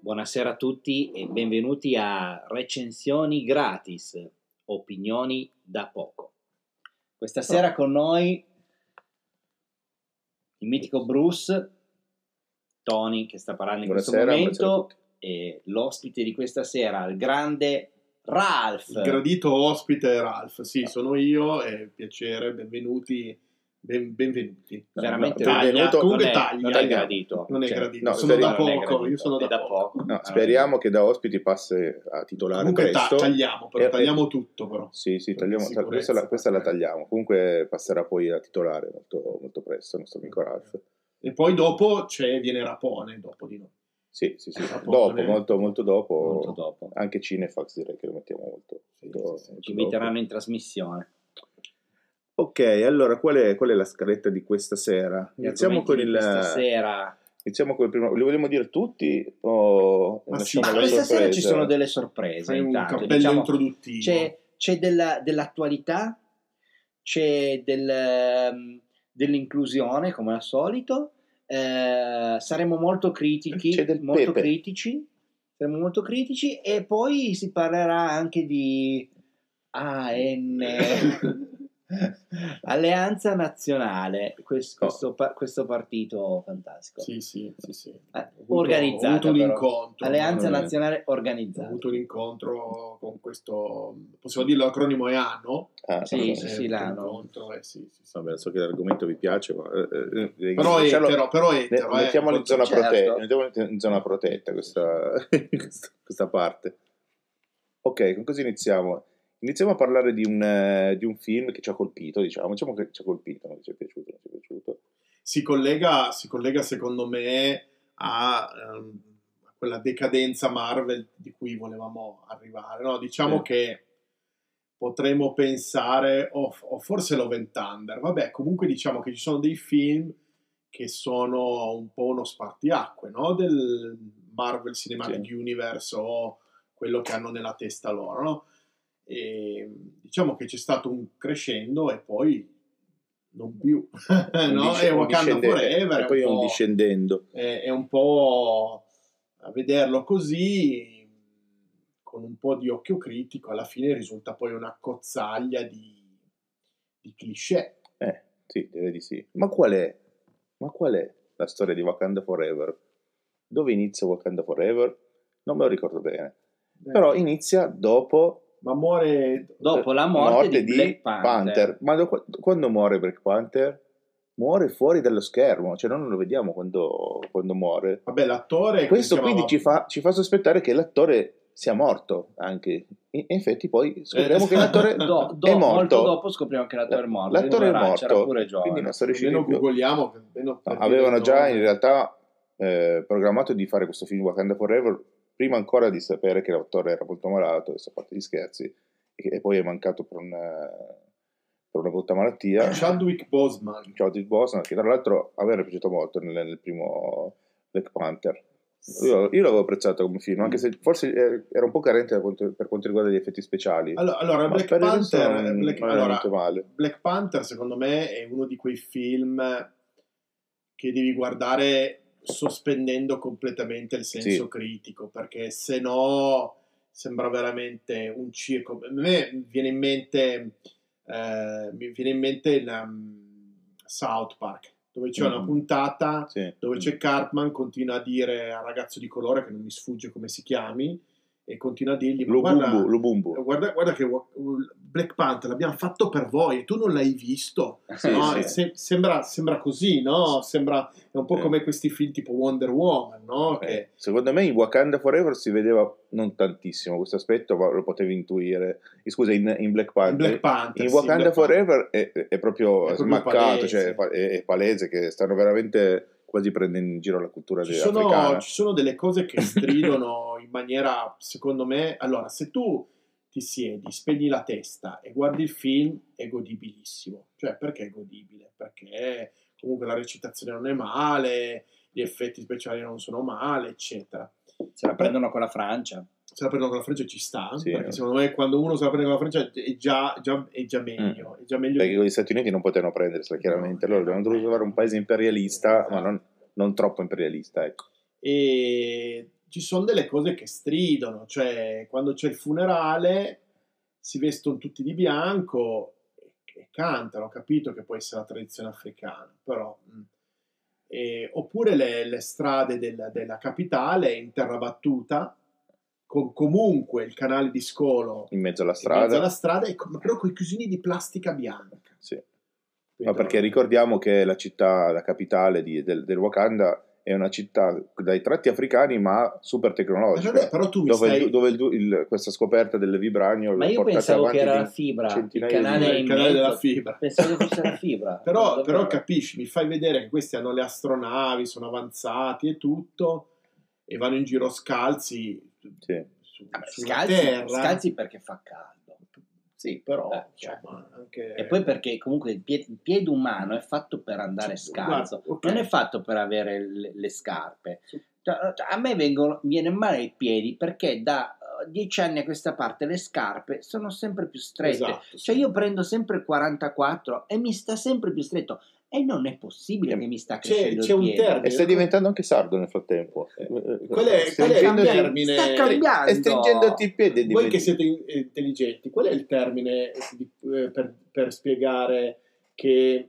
Buonasera a tutti e benvenuti a Recensioni gratis, opinioni da poco. Questa sera con noi il mitico Bruce, Tony che sta parlando in questo Buonasera, momento buonasera e l'ospite di questa sera, il grande Ralph. Il gradito ospite Ralph, sì, Esatto. sono io, è un piacere, benvenuti, ben- benvenuti. veramente Taglia, benvenuto, comunque non è, taglia, non è taglia. gradito. Non è Cioè, gradito, no, sono da speriamo, non è poco, gradito, io sono è da poco. No, speriamo eh, che da ospiti passi a titolare Comunque ta- presto. tagliamo, però, Eh, eh. tagliamo tutto però. Sì, sì, Per tagliamo, sicurezza. questa, la, questa eh. la tagliamo. Comunque passerà poi a titolare molto, molto presto il nostro amico Ralph. E poi dopo c'è, viene Rapone, dopo di noi. Sì, sì, sì. Ah, Dopo, bene. molto, molto dopo. Molto dopo. Anche Cinefax direi che lo mettiamo molto. molto- sì, sì, molto Ci dopo. inviteranno in trasmissione. Ok, allora qual è, qual è la scaletta di questa sera? Gli Iniziamo argomenti con di il... Questa sera Iniziamo con il primo... Li vogliamo dire tutti o Ma sì, lasciamo Ma la questa sera sorpresa? ci sono delle sorprese. Fai un intanto, cappello diciamo, introduttivo. c'è, c'è della- dell'attualità, c'è del, ehm, dell'inclusione come al solito. eh, saremo molto critici, C'è del molto pepe. critici, saremo molto critici e poi si parlerà anche di eh, AN Alleanza Nazionale, quest- Oh. questo, pa- questo partito fantastico. Sì, sì, sì, sì. Ho Eh, avuto- Ho organizzata avuto un però. incontro. Alleanza Eh. Nazionale Ho Organizzata. avuto un incontro con questo, possiamo dirlo, l'acronimo è ANO. Ah, Sì, ok. sì, Eh, sì, un l'ANO. incontro, eh, sì, sì, sì. Vabbè, so che l'argomento vi piace, ma... eh, eh, eh, Però lascialo- etero, però Ne- etero. eh, mettiamolo in zona certo. protetta, mettiamolo in zona protetta questa, questa- questa parte. Ok, con cosa iniziamo? Iniziamo a parlare di un, eh, di un film che ci ha colpito, diciamo, diciamo che ci ha colpito, non che ci è piaciuto, non ci è piaciuto. si collega, si collega secondo me a, ehm, a quella decadenza Marvel di cui volevamo arrivare. no? Diciamo Sì. che potremmo pensare, o o forse Love Thunder, vabbè, comunque diciamo che ci sono dei film che sono un po' uno spartiacque no? del Marvel Cinematic Universe o quello che hanno nella testa loro. no? E, diciamo che c'è stato un crescendo e poi non più. Un Eh, no? disce- È un Wakanda discendente- Forever. e poi è è un un po'- discendendo. è, è un po' a vederlo così con un po' di occhio critico alla fine risulta poi una cozzaglia di, di cliché Eh, sì, direi di sì. Ma qual è? Ma qual è la storia di Wakanda Forever? Dove inizia Wakanda Forever? Non me lo ricordo bene. Però inizia dopo Eh, ma muore Dopo la morte, di, Black Panther. Ma do- quando muore Black Panther? Muore fuori dallo schermo, cioè noi non lo vediamo quando, quando muore. vabbè l'attore che Questo si quindi ci fa, ci fa sospettare che l'attore sia morto anche. In, in effetti poi scopriamo Eh, che l'attore Do- do- è morto. Molto dopo scopriamo che l'attore è morto. L'attore è Allora, C'era morto, pure giovane. quindi non sono riusciti almeno più. googliamo almeno per No, dire avevano il già nome. in realtà eh, programmato di fare questo film Wakanda Forever prima ancora di sapere che l'autore era molto malato, adesso a parte gli scherzi, e, e poi è mancato per una, per una brutta malattia. Chadwick Boseman Chadwick Boseman, che tra l'altro a me era piaciuto molto nel, nel primo Black Panther. Io, io l'avevo apprezzato come film, anche se forse eh, era un po' carente da quanto- per quanto riguarda gli effetti speciali. allora, allora, Ma Black per il resto Panther non- Black- non era allora, molto male. Black Panther, secondo me, è uno di quei film che devi guardare sospendendo completamente il senso Sì. critico, perché se no sembra veramente un circo. A me viene in mente, eh, mi viene in mente la, mm, South Park, dove c'è una Mm. puntata Sì. dove c'è Cartman, continua a dire al ragazzo di colore, che non mi sfugge come si chiami, e continua a dirgli, ma guarda... Lubumbu, Lubumbu. Guarda, guarda che Wa- Black Panther l'abbiamo fatto per voi e tu non l'hai visto. Ah, Sì, no? sì. E se- sembra, sembra così, no? Sembra è un po' Eh. come questi film tipo Wonder Woman, no? Eh, Che Secondo me in Wakanda Forever si vedeva non tantissimo questo aspetto, ma lo potevi intuire. Eh, Scusa, in, in Black in Panther. Black Panther. in sì, Wakanda Black Forever è, è proprio È proprio smaccato, palese. cioè, è pa- è, è palese che stanno veramente quasi prendendo in giro la cultura Ci de- sono, africana. ci sono delle cose che stridono in maniera, secondo me, allora se tu ti siedi, spegni la testa e guardi il film è godibilissimo, cioè perché è godibile? Perché comunque la recitazione non è male, gli effetti speciali non sono male, eccetera. Se la prendono con la Francia. se la prendono con la Francia ci sta, Sì, perché eh. secondo me quando uno se la prende con la Francia è già, già- è Mm. già meglio, è già meglio Perché gli Stati Uniti non potevano prendersela, chiaramente. eh, Loro avevano Esatto. dovuto trovare un paese imperialista, ma non, non troppo imperialista, ecco. e ci sono delle cose che stridono, cioè quando c'è il funerale si vestono tutti di bianco e, e cantano, ho capito che può essere la tradizione africana, però... mh. E- oppure le, le strade del- della capitale in terra battuta, con comunque il canale di scolo in mezzo alla in strada. mezzo alla strada, e co- però con i chiusini di plastica bianca. Sì. Ma perché ricordiamo che la città, la capitale di- del, del Wakanda, è una città dai tratti africani ma super Ma tecnologica. vabbè, però tu mi cioè, dove il- stai... dove il- il- questa scoperta del vibranio Ma l'ha io portata pensavo che avanti era di- la fibra, il centinaia di canale migliaia. il in canale della mezzo. fibra. Pensavo che fosse la fibra. Eh, Però, Davvero. però capisci, mi fai vedere che questi hanno le astronavi, sono avanzati e tutto, e vanno in giro scalzi eh, Sì. su, Vabbè, sulla scalzi, terra. scalzi perché fa caldo. Sì, però... Eh, insomma, anche- E poi perché comunque il pie- il piede, umano è fatto per andare scalzo, Guarda, ok. non è fatto per avere le, le scarpe. Cioè, A me vengono, viene male i piedi perché da eh, dieci anni a questa parte le scarpe sono sempre più strette. Esatto, Cioè sì. io prendo sempre 44 e mi sta sempre più stretto e non è possibile Ehm, che mi sta c'è- crescendo c'è il un piede. termine. E stai diventando anche sardo nel frattempo. Eh, Quello è- Stai quello è il stringendosi- termine. Sta cambiando. E eh, stringendoti i piedi Voi diventi- che siete in- eh, intelligenti, qual è il termine di- eh, per, per spiegare che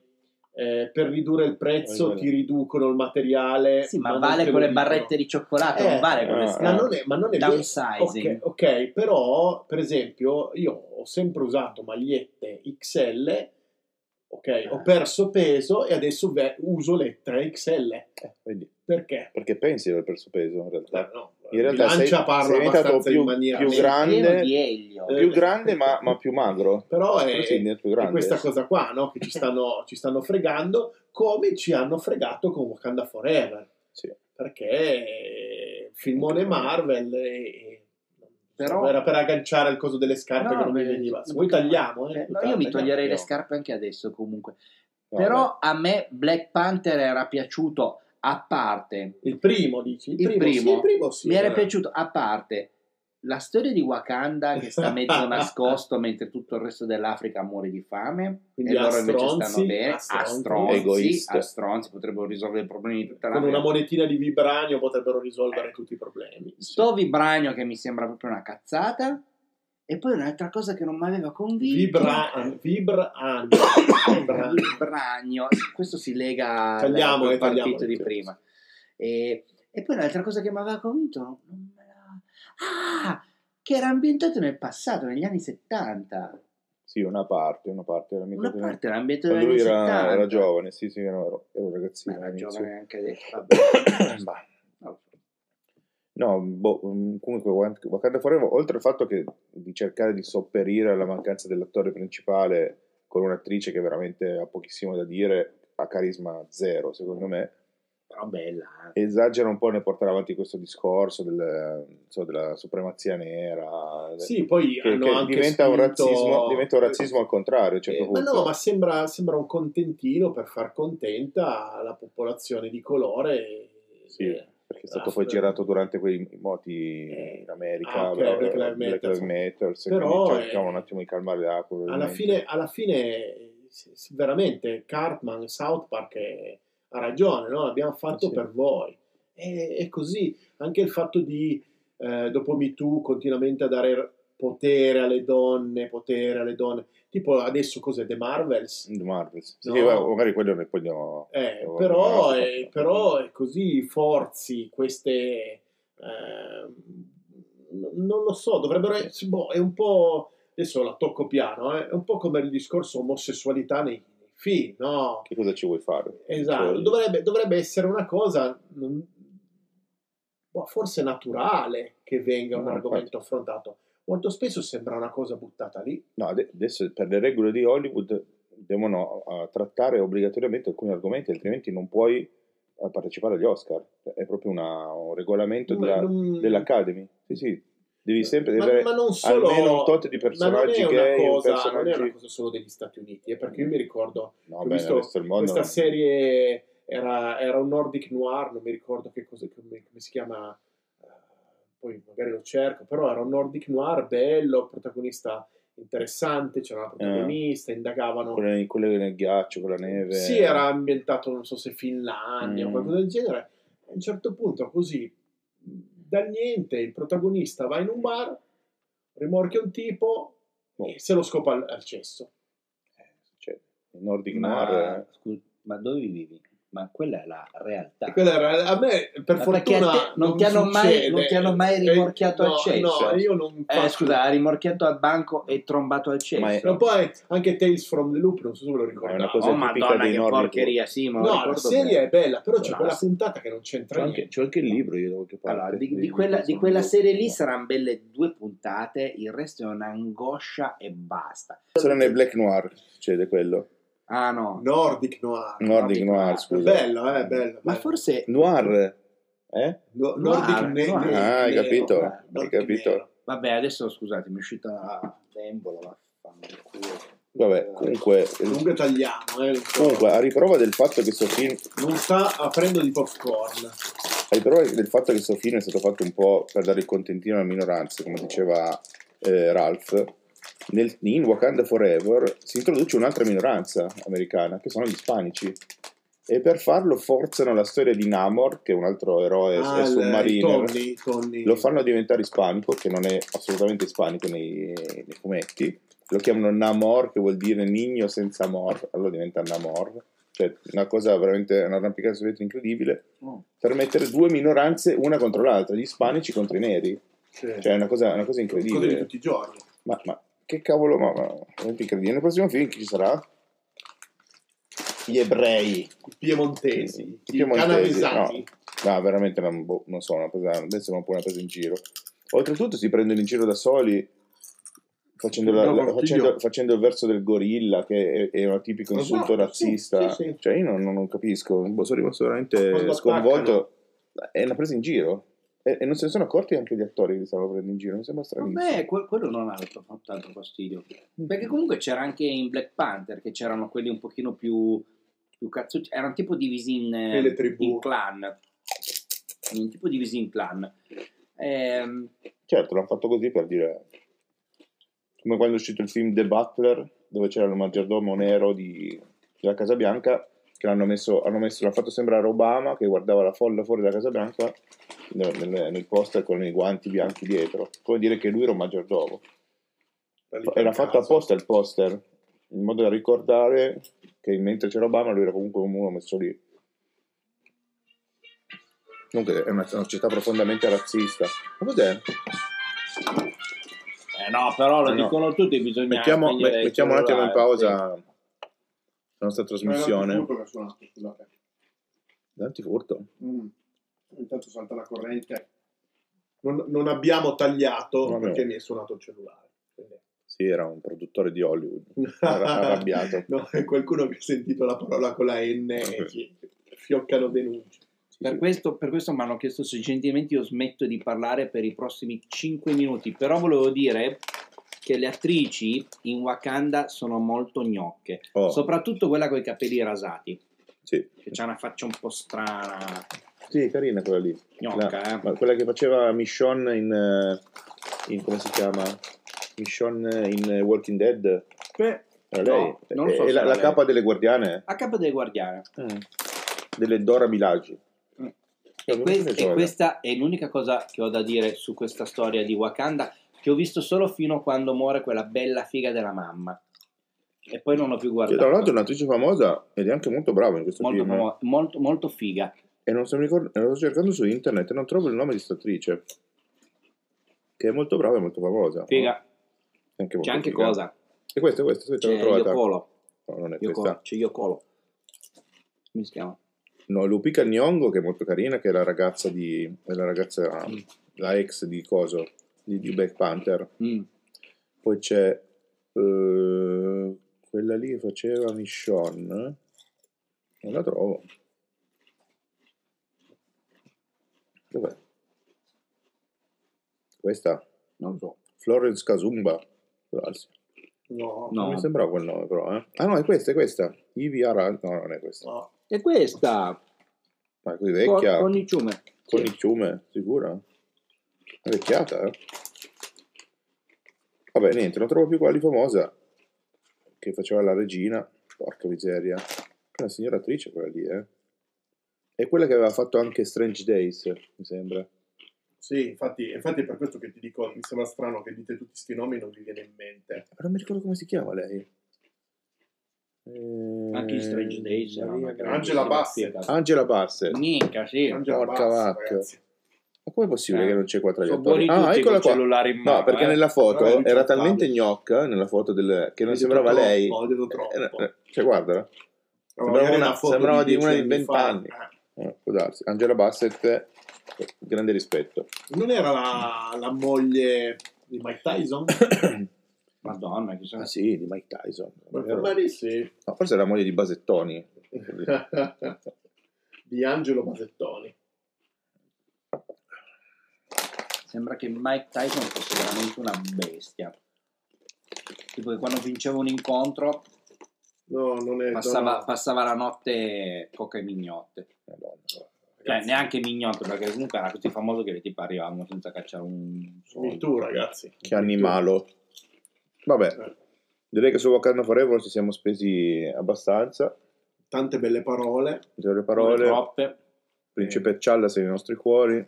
eh, per ridurre il prezzo ti riducono il materiale? Sì, ma, Eh, non te vale lo con le dicono? barrette di cioccolato, Eh, non vale con eh, le Ma scarpe. non è, ma non è vero. Downsizing. Ok, ok, però per esempio io ho sempre usato magliette XL, ok, Ah. ho perso peso e adesso ve- uso le 3XL. Eh, Vedi, Perché? perché pensi di aver perso peso in realtà? No, In realtà bilancia sei- parla sei diventato abbastanza più- in maniera più netta. grande- Pieno di elio. Eh, Più grande ma, ma più magro. Però è, Però sei diventato più grande. eh. è eh. questa cosa qua, no? Che ci stanno, ci stanno fregando, come ci hanno fregato con Wakanda Forever. Sì. Perché eh, filmone Marvel e- e- Però- era per agganciare il coso delle scarpe che non mi beh, veniva. Se sì, vuoi ma- tagliamo, cioè, eh. no, io mi toglierei le tagliamo. scarpe anche adesso comunque. No, Però a me Black Panther era piaciuto a parte. Il primo, dici? Il primo. Sì, il primo sì. Mi era eh. piaciuto a parte la storia di Wakanda che sta mezzo nascosto mentre tutto il resto dell'Africa muore di fame Quindi e a loro invece stronzi, stanno bene, a a stronzi. stronzi, Egoisti. a stronzi, potrebbero risolvere i problemi di tutta la Con una monetina di vibranio potrebbero risolvere tutti i problemi. Sto vibranio che mi sembra proprio una cazzata e poi un'altra cosa che non mi aveva convinto Vibra, vibranio. Vibranio. il bragno, questo si lega al- Tagliamo, al eh, tagliamo. partito di prima. E, e poi un'altra cosa che mi aveva convinto, non me la- ah, che era ambientato nel passato, negli anni 70. Sì, una parte, una parte. Era Una parte era ambientato Quando negli anni lui era, 70. era giovane, sì, sì, ero, ero un Ma ragazzino. era all'inizio. giovane anche adesso. vabbè. Bah. No, No, boh, mm, comunque Wak- Wakanda Forever, oltre al fatto che di cercare di sopperire alla mancanza dell'attore principale con un'attrice che veramente ha pochissimo da dire, ha carisma zero, secondo me, Però bella. eh. esagera un po' nel portare avanti questo discorso del, non so, della supremazia nera, Sì, poi che, hanno che anche diventa, un spinto- razzismo, diventa un razzismo al contrario. a un certo Eh, ma punto. no, ma sembra, sembra un contentino per far contenta la popolazione di colore. Sì, Eh, perché è stato ah, poi eh. girato durante quei moti Eh, in America, ah, ok, bla, bla, Black bla, Lives Black Matter, Lives Matter, se Però, quindi eh, cercavano un attimo di calmare l'acqua. alla, ovviamente. fine, alla fine, eh, s- s- veramente, Cartman, South Park eh, ha ragione, no? L'abbiamo fatto Sì. per voi. E, è così, anche il fatto di, eh, dopo Me Too, continuamente a dare potere alle donne, potere alle donne. Tipo adesso cos'è, The Marvels? The Marvels. Sì, No. sì, ma magari quello ne voglio... Eh, voglio- però, voglio- eh, però è così forzi queste. ehm, n- non lo so, dovrebbero essere. boh, è un po'. Adesso la tocco piano, eh, è un po' come il discorso omosessualità nei nei film, no? Che cosa ci vuoi fare? Esatto, Cioè, dovrebbe, dovrebbe essere una cosa. non- boh, forse naturale che venga un No, argomento affrontato. Molto spesso sembra una cosa buttata lì. No, ade- adesso per le regole di Hollywood devono eh, trattare obbligatoriamente alcuni argomenti, altrimenti non puoi eh, partecipare agli Oscar. Cioè, È proprio una- un regolamento Ma della- non- dell'Academy. Sì, sì, devi sempre... devi ma, avere- ma non solo, almeno un tot di ma non è personaggi una gay, un cosa- personaggi- non è una cosa solo degli Stati Uniti, è perché io mi ricordo No, ho beh, visto nel resto del mondo questa non- Eh. serie era, era un Nordic Noir, non mi ricordo che cosa, come, come si chiama, eh, poi magari lo cerco, però era un Nordic Noir bello, protagonista interessante, Eh. c'era una protagonista, indagavano. quella, nel- quella nel ghiaccio, con la neve. Sì, era ambientato, non so se Finlandia o Mm. qualcosa del genere. A un certo punto, così, mh, dal niente il protagonista va in un bar, rimorchia un tipo Boh. e se lo scopa al, al cesso. Eh, succede. Il Nordic Ma, Noir... eh. scu- ma dove vivi? Ma quella è la E realtà. quella era- a me, per Ma perché fortuna, a te non ti mi hanno mai- succede. non ti hanno mai Eh, rimorchiato al no, cesso? No, io non Eh, faccio- scusa, ha rimorchiato al banco e trombato al cesso. Ma è- Però poi anche Tales from the Loop, non so se ve lo ricordate. È una cosa oh tipica madonna dei che nordici. porcheria, sì, ma lo No, la ricordo serie bene. è bella, però c'è Basta. quella puntata che non C'è c'entra anche, niente. c'è anche il libro io da qualche parte. Allora, di, di Dei- quella, di sono quella due- serie lì saranno belle due puntate, il resto è un'angoscia e basta. Sono nel Black Noir, succede quello. Ah no, Nordic Noir. Nordic Ah, Nordic Noir, Noir. scusa. Bello, eh, bello. ma bello. forse... Noir, eh? No- Nordic Noir, ne- Noir. ne- Ah, hai nero, capito, eh, hai Nordic capito. nero. Vabbè, adesso scusate, mi è uscita la dembola, vaffanculo. Vabbè, comunque, Eh, Comunque tagliamo, eh, lo so. comunque, ah. a riprova del fatto che sto film, Non sta aprendo di popcorn. a riprova del Eh, fatto che sto film è stato fatto un po' per dare il contentino alla minoranza, come diceva eh, Ralph, nel- in Wakanda Forever si introduce un'altra minoranza americana, che sono gli ispanici. E per farlo forzano la storia di Namor, che è un altro eroe Ah, è il- submarino. Tony, Tony. lo fanno diventare ispanico, che non è assolutamente ispanico nei, nei fumetti. Lo chiamano Namor, che vuol dire nigno senza amor, allora diventa Namor. Cioè, una cosa veramente, una rampicata sul vetro incredibile, Oh. per mettere due minoranze una contro l'altra, gli ispanici contro i neri. Sì. Cioè, è una cosa, una cosa Cose di incredibile. tutti i giorni. Ma, ma che cavolo, ma, ma veramente incredibile. Nel prossimo film chi ci sarà? Gli ebrei. I piemontesi, I i, piemontesi, canavesani. No, veramente non, boh, non so, una presa, adesso è un po' una presa in giro. Oltretutto si prendono in giro da soli facendo, la- No, la- ma facendo, figlio. facendo il verso del gorilla che è, è un tipico Esatto, insulto sì, razzista. sì, sì. Cioè io non, non- non capisco, boh, sono rimasto veramente Quando sconvolto. È una presa in giro. E, e non se ne sono accorti anche gli attori che li stavano prendendo in giro, mi sembra A stranissimo. me que- quello non ha dato tanto fastidio. Perché comunque c'era anche in Black Panther che c'erano quelli un pochino più, più cazzuti, erano tipo divisi in, eh, E le tribù. in clan. In tipo divisi in clan. Ehm, Certo, l'hanno fatto così per dire... Come quando è uscito il film The Butler, dove c'era il maggiordomo nero di- della Casa Bianca, che l'hanno messo, hanno messo, l'hanno fatto sembrare Obama che guardava la folla fuori dalla Casa Bianca nel, nel- nel poster con i guanti bianchi dietro. Come dire che lui era un maggiordomo. Era fatto apposta il poster, in modo da ricordare che mentre c'era Obama lui era comunque un uno messo lì. Comunque è una, una società profondamente razzista. Ma cos'è? eh no, però lo No. dicono tutti, bisogna Mettiamo, spegnere me- il mettiamo un attimo in cellulare, sì. pausa la nostra trasmissione. Scusate. L'antifurto? Mm. Intanto salta la corrente. Non, non abbiamo tagliato No, no. perché mi è suonato il cellulare. Quindi- Sì, era un produttore di Hollywood. Era arrabbiato. no, è qualcuno che ha sentito la parola con la N e ci fioccano denunce. Sì, Per sì. questo, per questo mi hanno chiesto se gentilmente io smetto di parlare per i prossimi 5 minuti, però volevo dire che le attrici in Wakanda sono molto gnocche, Oh, soprattutto quella con i capelli rasati, sì. che c'ha una faccia un po' strana, Sì, carina quella lì. gnocca, La- eh. ma quella che faceva Michonne in, eh, in- come si chiama? Michonne in Walking Dead. Beh, Era lei? No, non lo E- so e se la, era la lei. Mm. capa delle guardiane? a capo del guardiano. Delle Dora Milaggi. Mm. Eh, E, mi que- piaceva, e questa è l'unica cosa che ho da dire su questa storia di Wakanda, che ho visto solo fino a quando muore quella bella figa della mamma. E poi non ho più Che guardato. tra l'altro è un'attrice famosa ed è anche molto brava in questo molto, film. famo- molto, molto figa. E non so, mi ricordo, e lo sto cercando su internet e non trovo il nome di sta attrice. Che è molto brava e molto famosa. Figa. È C'è Anche molto anche figa. cosa? E questa, questa, questa C'è l'ho trovata. Yocolo. No, non è Yocolo. questa. C'è Yocolo. Come si chiama? No, Lupika Nyong'o, che è molto carina, che è la ragazza di... è la ragazza... Mm. la ex di Coso, di, di Black Panther. Mm. Poi c'è... eh, quella lì che faceva Michonne. Non la trovo. Dov'è? Questa? Non so. Florence Casumba. No, No. Non mi sembrava quel nome, però. eh. Ah, no, è questa, è questa. Ivy Aral. No, non è questa. no. E questa? Ma è così Con, vecchia. con il ciume. Con il ciume, sicura? È vecchiata, eh? Vabbè, niente, non trovo più quali famosa che faceva la regina. Porca miseria. Una signora attrice quella lì, eh? È quella che aveva fatto anche Strange Days, mi sembra. Sì, infatti, infatti è per questo che ti dico, mi sembra strano che dite tutti questi nomi e non vi viene in mente. Non mi ricordo come si chiama lei. Eh, Anche in Strange Days era una Maria- Angela Bassett. grandissima Angela Bassett. Mica, sì. Angela Porca Bassett, vacca. ragazzi. Ma com'è possibile Eh, che non c'è qua tra gli Sono attori? buoni tutti Ah, eccola col qua. cellulare in mano. No, perché eh. nella foto Però è era risultato. talmente gnocca nella foto del, che non Ho detto sembrava troppo, lei. Ho detto Eh, troppo. eh, Cioè, guardala. sembrava Magari una- foto sembrava di dieci una di anni fa. vent'anni. Eh, può darsi. Angela Bassett, eh, grande rispetto. Eh, Non era la, la moglie di Mike Tyson? Madonna, chissà. Ah sì, di Mike Tyson. Eh. Ma Vero? magari sì. No, forse era la moglie di Basettoni. di Angelo Basettoni. Sembra che Mike Tyson fosse veramente una bestia. Tipo che quando vinceva un incontro No, non è... passava, no, passava la notte coca e mignotte. Madonna. Cioè, ragazzi. neanche mignotte, perché comunque era così famoso che le tipe arrivavano senza cacciare un Me soldo. tu, ragazzi. Che animalo. Vabbè, Eh, direi che su Wakanda Forever ci siamo spesi abbastanza. Tante belle parole. Delle Due parole. troppe. Principe Cialla sei nei nostri cuori. E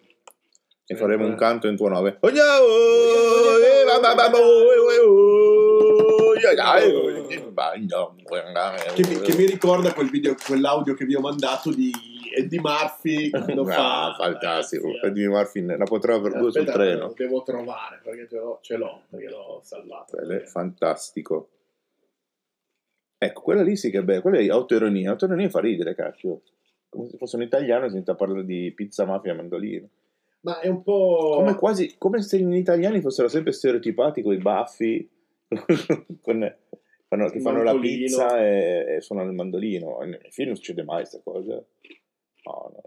Sì, faremo eh. un canto in tuo nome. Oh, yeah, oh, eh, va, va, va, va, oh, eh, oh, yeah, yeah, eh, eh, va, no, eh, Che mi, che mi ricorda quel video, quell'audio che vi ho mandato di Eddie Murphy quando fa... Ah, fantastico. Ragazzi, eh. Eddie Murphy la potrà per due sul Aspetta, treno. Lo devo trovare perché ce l'ho, ce l'ho, perché l'ho salvato. Quello è fantastico. Ecco, quella lì sì che è bella, quella è autoironia. Autoironia fa ridere, cacchio. Come se fosse un italiano e senta parlare di pizza, mafia e mandolino. Ma è un po'... Come quasi, come se gli italiani fossero sempre stereotipati con i baffi, con- fanno- che Il fanno la mandolino. pizza e, e suonano il mandolino. Nei film non succede mai questa cosa. No, no.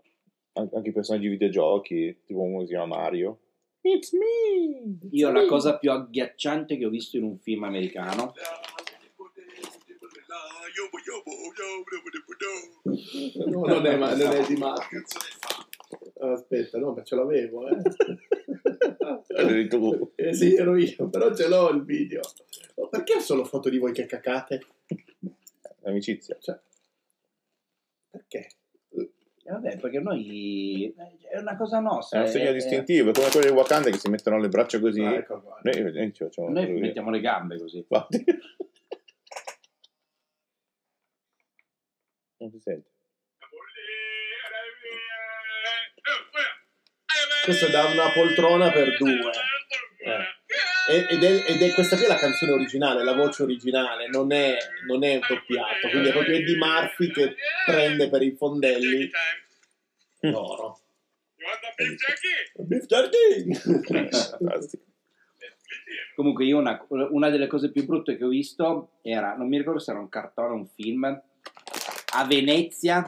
An- anche i personaggi di videogiochi, tipo uno che si chiama Mario. It's me! it's Io la me. cosa più agghiacciante che ho visto in un film americano No, non è, ma- non è di Murphy. Aspetta, no, ma ce l'avevo, eh. Eri tu. Eh sì, ero io, però ce l'ho il video. Ma Perché solo foto di voi che cacate? Amicizia. Cioè, perché? E Eh, vabbè, perché noi eh, è una cosa È nostra. eh, un segno è- distintivo, è come quello di Wakanda che si mettono le braccia così. Ah, Noi, ecco qua. noi ci facciamo Noi così. mettiamo le gambe così. Infatti. Non si sente. Questo è da una poltrona per due. Eh. E- Ed è, ed è questa qui è la canzone originale, la voce originale, non è, non è doppiato, quindi è proprio Eddie Murphy che prende per i fondelli l'oro. Beef Jardine! Fantastico. Comunque, io una, una delle cose più brutte che ho visto era, non mi ricordo se era un cartone o un film, a Venezia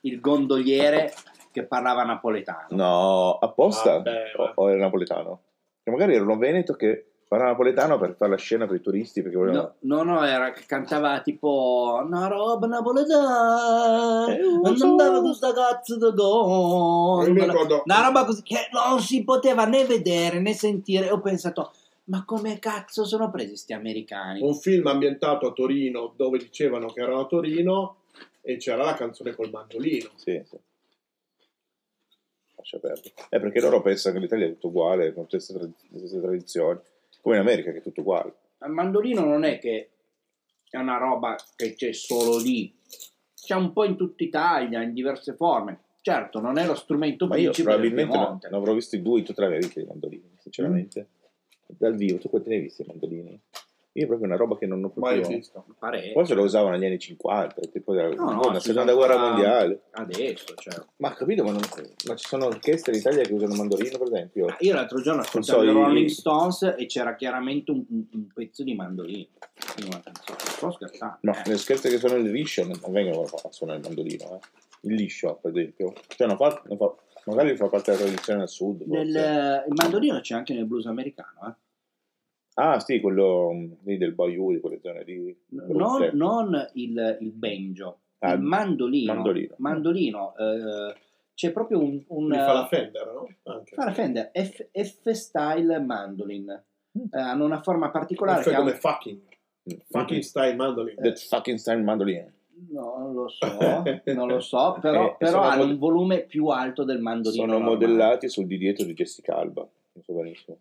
il gondoliere che parlava napoletano. No, apposta? Vabbè, o, o era napoletano? Che magari erano Veneto che parla napoletano per fare la scena per i turisti perché volevano... No, no, no, era che cantava tipo una roba napoletana, Eh, non so. andava questa cazzo di gondola. ricordo- Una roba così che non si poteva né vedere né sentire. Ho pensato, ma come cazzo sono presi sti americani? un film ambientato a Torino dove dicevano che erano a Torino e c'era la canzone col mandolino. Sì, sì. Lascia perdere. È perché loro pensano che l'Italia è tutto uguale, con tutte queste trad- le stesse tradizioni. Come in America che è tutto uguale. Il mandolino non è che è una roba che c'è solo lì, c'è un po' in tutta Italia, in diverse forme. Certo, non è lo strumento Ma io principe del probabilmente no- Piemonte. ne avrò visti due in tutta la mia vita di mandolini, sinceramente. Mm. Dal vivo, tu quanti ne hai visti i mandolini? Io proprio una roba che non ho Mai proprio... visto. Parecchio. Forse lo usavano negli anni 50, tipo della No, no, tipo della si seconda fa guerra ancora- mondiale. Adesso, cioè. Ma ho capito, ma, non- ma ci sono orchestre in Italia che usano il mandolino, per esempio? Ah, Io l'altro giorno ascoltavo so, i i- Rolling Stones e c'era chiaramente un, un- un pezzo di mandolino in una canzone. Sto scherzando. No, eh. le scherze che sono il liscio non non vengono a suonare il mandolino, eh. Il liscio, per esempio. Cioè, non fa, non fa- magari fa parte della tradizione del sud. forse. Nel- eh, il mandolino c'è anche nel blues americano, eh. Ah, sì, quello mh, lì del Bayou, di quelle zone lì. N- brutte. non, non il, il banjo, Ah, il mandolino. mandolino. mandolino, eh, c'è proprio un... un Li fa la Fender, no? Anche. fa la Fender, F, F style mandolin. Mm. Eh, hanno una forma particolare F che ha come un- fucking. eh. Mm. Fucking style mandolino. That fucking style mandolino. No, non lo so, non lo so, però, Eh, però sono hanno mod- un volume più alto del mandolino. Sono normale. modellati sul di dietro di Jessica Alba. Non so benissimo.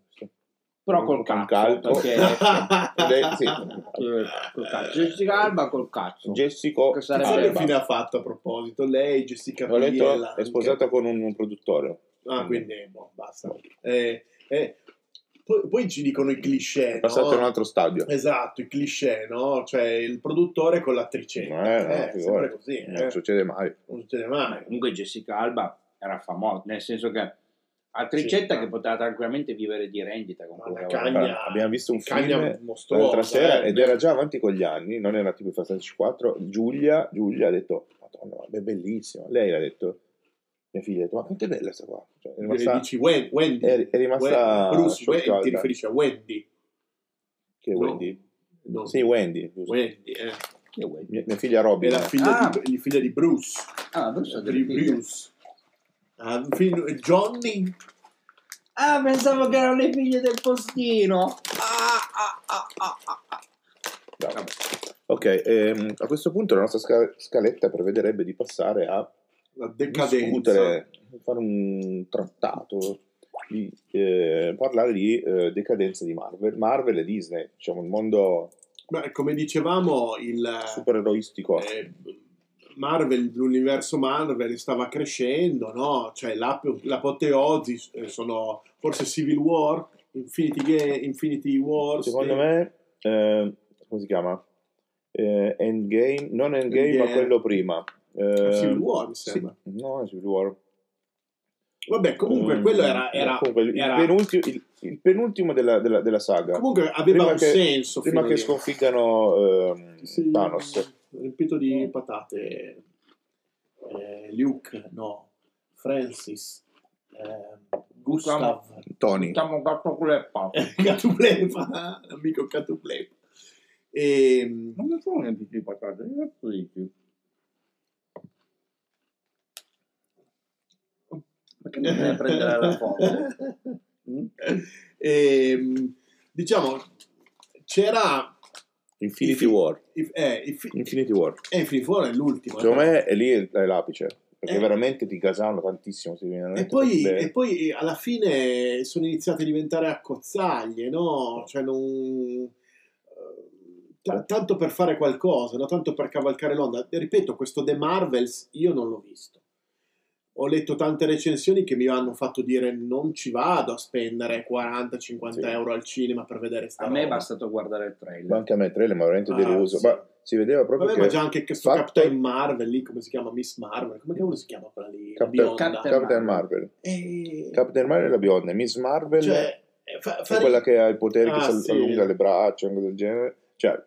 Però col cazzo, con caldo. perché Ed è- sì. eh, col cazzo. Jessica Alba col cazzo. Jessica Che sarebbe- Sai che Alba. fine ha fatto a proposito? Lei, Jessica Ho Biel, letto, anche. è sposata con un, un produttore. Ah, quindi boh, basta. Eh, eh, poi, poi ci dicono i cliché, Eh, È passato oh. no? in un altro stadio. Esatto, i cliché, no? Cioè il produttore con Eh, l'attricetta. no, Eh, sempre figurati. così, eh. Non succede mai. Non succede mai. Comunque Jessica Alba era famosa, nel senso che attricetta Sì, che ma- poteva tranquillamente vivere di rendita con Ma quello la che aveva. cagna- Guarda, Abbiamo visto un Cagna film mostruosa. l'altra sera eh. ed era già avanti con gli anni, non era tipo i Fast and Furious 4. Giulia, Giulia ha detto: Madonna, ma è bellissima. Lei l'ha detto, mia figlia ha detto: Ma quanto è bella sta qua? Cioè, è Gli rimasta dici Wen- Wendy. è- è rimasta Wen- Bruce Wendy, scioccata. ti riferisci a Wendy. che è No, Wendy? no. Sì, Wendy. giusto. Wendy, eh. Chi è Wendy? Mia, mia figlia Robin. È la figlia, Ah. di, la figlia di Bruce. Ah, Bruce ha delle Di figlie. Bruce. Ah, fi- Johnny Ah, pensavo che erano le figlie del postino. Ah, ah, ah, ah, ah, ah. Bravo. Ok, ehm, a questo punto la nostra sca- scaletta prevederebbe di passare a la decadenza. discutere, fare un trattato, di, eh, parlare di eh, decadenza di Marvel, Marvel e Disney, diciamo il mondo Beh, come dicevamo, il supereroistico. eh, Marvel, l'universo Marvel stava crescendo, no? Cioè l'ap- l'apoteosi eh, sono forse Civil War, Infinity, Ga- Infinity War. Secondo me, eh, come si chiama? Eh, endgame, non Endgame, ma Endgame. Ah, quello prima. Eh, Civil War, mi sì, sembra. no, Civil War. Vabbè, comunque Mm, quello era... era- comunque, il, era- penultimo, il- il penultimo della, della- della saga. comunque aveva prima un che- senso. prima fino che lì. sconfiggano ehm, Sì, Thanos. Riempito di patate. Eh, Luke, no. Francis. eh, Gustav. Tony. Siamo un gatto con le palle. Catuplepa, Eh, l'amico Ehm, Catuplepa. E, Non mi sono niente di patate, che cazzo dici? Perché non viene a prendere la foto? Mm? Ehm, diciamo, c'era... Infinity Infi- War. i- Eh, i fi- Infinity War. eh, Infinity War è l'ultimo. Secondo eh. me è lì è, è l'apice. Perché Eh. veramente ti gasano tantissimo. ti viene E veramente poi, tante- e poi eh, alla fine eh, sono iniziate a diventare accozzaglie, no? Cioè non... t- tanto per fare qualcosa, no? tanto per cavalcare l'onda. E Ripeto, questo The Marvels io non l'ho visto. Ho letto tante recensioni che mi hanno fatto dire non ci vado a spendere 40-50 Sì. euro al cinema per vedere sta A me è roba. bastato guardare il Ma trailer. anche a me il trailer mi ha veramente Ah, deluso. sì. Ma si vedeva proprio Vabbè, che ma già anche questo fatto- Captain Marvel lì, come si chiama? Miss Marvel, come cavolo si chiama quella lì? La Captain- bionda. Captain- Captain Marvel. Eh, Captain Marvel è la bionda, Miss Marvel cioè, eh, fa- è fare- quella che ha il potere Ah, che si sì. allunga le braccia, una cosa del genere. Cioè,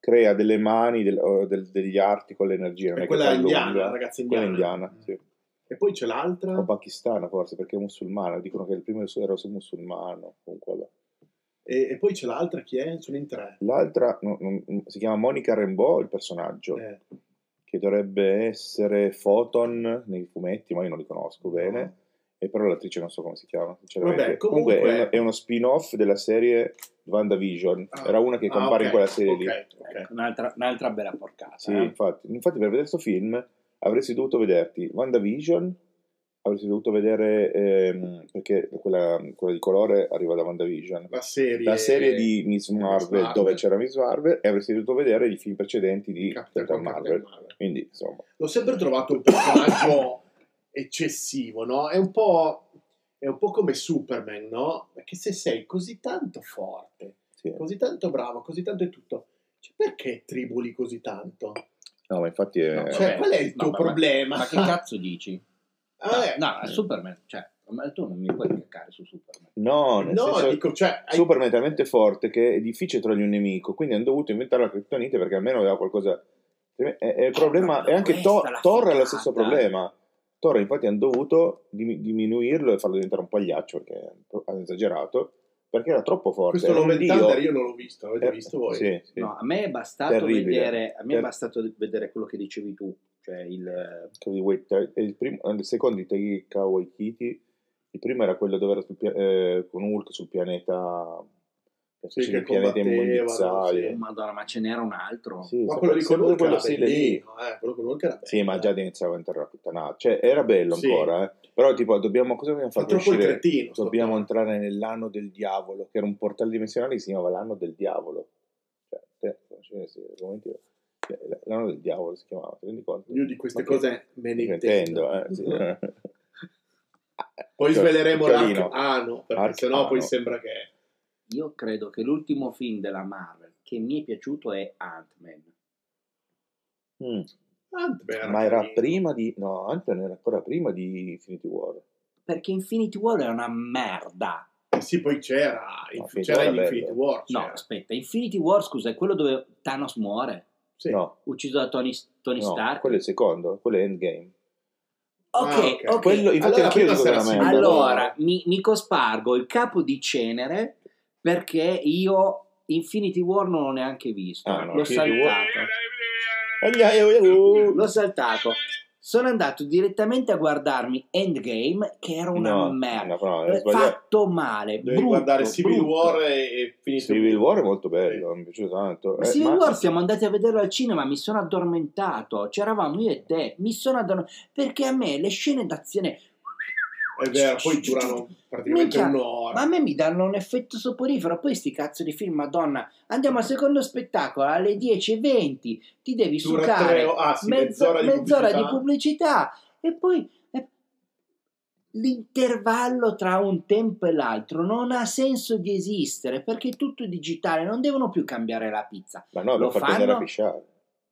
crea delle mani, del- o del- degli arti con l'energia. Non è è quella che si allunga. indiana, la ragazza Quella indiana. indiana, sì. E poi c'è l'altra. O pakistana forse, perché è musulmana. Dicono che il primo era musulmano. Comunque, vabbè. E, e poi c'è l'altra, chi è? Sono in tre. L'altra no, no, si chiama Monica Rambeau, il personaggio, Eh, che dovrebbe essere Photon nei fumetti, ma io non li conosco bene. E però l'attrice non so come si chiama. sinceramente. Vabbè, comunque, comunque- è, uno, è uno spin-off della serie WandaVision. Ah, Era una che ah, compare ok, in quella serie ok, lì. ok. Ecco, Un'altra, un'altra bella porcata. Sì, eh. infatti. Infatti, per vedere questo film avresti dovuto vederti WandaVision, avresti dovuto vedere, ehm, perché quella, quella di colore arriva da WandaVision La serie. la serie di Miss Marvel, Marvel. dove c'era Miss Marvel e avresti dovuto vedere i film precedenti di Captain Captain, Marvel. Marvel. Quindi, insomma, L'ho sempre trovato un personaggio eccessivo, no? È un po'. È un po' come Superman, no? Perché se sei così tanto forte, sì. così tanto bravo, così tanto è tutto, cioè, perché tribuli così tanto? No, ma infatti è... No, Cioè, vabbè. qual è il No, Ah, tuo ma- problema? Ma che cazzo dici? Ah, Eh, No, no, Superman, cioè, ma tu non mi puoi cliccare su Superman. No, nel no, senso dico, cioè, hai- Superman è talmente forte che è difficile trovare un nemico, quindi hanno dovuto inventare la criptonite perché almeno aveva qualcosa... È, è il problema... Ma E anche questa Thor è la Thor ha figata. lo stesso problema. Thor, infatti, hanno dovuto dim- diminuirlo e farlo diventare un pagliaccio, perché hanno esagerato, perché era troppo forte. questo era un Love and dio. Thunder io non l'ho visto, l'avete Eh, visto voi? Sì, sì. No, a me è bastato Terribile. vedere, a me è Ter- bastato vedere quello che dicevi tu, cioè il eh, Che di Wait- è il, primo, è il secondo di Taika Waititi il primo era quello dove era sul pia- eh, con Hulk sul pianeta Perché Sì, c'è che il pianeta combattevano, immondizzaio. sì. oh, Madonna, ma ce n'era un altro. Sì, Ma sempre- quello di sempre Colombo quella era stile lì. bellino, eh, quello di Colombo era bello. Sì, ma già iniziava a entrare la puttanata. Cioè, era bello Sì. ancora, eh. Però, tipo, dobbiamo, cosa dobbiamo Fa fare per troppo il uscire? cretino. sto Dobbiamo qua. entrare nell'anno del diavolo, che era un portale dimensionale che si chiamava l'anno del diavolo. Cioè, te, cioè, sì, argomenti- cioè, l'anno del diavolo si chiamava, ti rendi conto? Io di queste Ma che- cose me ne Mi intendo. intendo, eh, sì. Poi Cioè, sveleremo ah, piccolino. l'arcano, perché Arcano. sennò poi sembra che... Io credo che l'ultimo film della Marvel che mi è piaciuto è Ant-Man. Mm. Ant-Man Ma era carino. prima di... No, Anton era ancora prima di Infinity War. Perché Infinity War è una merda. Eh Sì, poi c'era, Infinity c'era War in era Infinity bello. War. No, c'era. aspetta, Infinity War, scusa, è quello dove Thanos muore, Sì. No, ucciso da Tony, Tony no, Stark. quello è il secondo, quello è Endgame. Ok, Ah, ok. ok. Quello, infatti, Allora, anch'io prima dico che sarà era sì. merda. Allora, mi, mi cospargo il capo di cenere perché io Infinity War non l'ho neanche visto. Ah, no, l'ho Infinity War- saltato. Allora, uh. L'ho saltato. Sono andato direttamente a guardarmi Endgame, che era una No, merda. Eh, no, no, è sbagliato. Fatto male. Devi brutto, guardare Civil brutto. War e, e Infinity Civil War è molto bello, mi è piaciuto tanto. Ma Eh, Civil War siamo andati a vederlo al cinema, mi sono addormentato. C'eravamo io e te, mi sono addormentato. Perché a me le scene d'azione. È vero, poi durano praticamente Minchia, un'ora. Ma a me mi danno un effetto soporifero. Poi sti cazzo di film, madonna. Andiamo al secondo spettacolo alle 10.20. Ti devi Dura succare tre o- ah, sì, mezzo- mezz'ora, mezz'ora di di pubblicità. pubblicità e poi eh, l'intervallo tra un tempo e l'altro non ha senso di esistere perché è tutto digitale, non devono più cambiare la pizza. Ma no, Lo per farti andare a fanno? pisciare.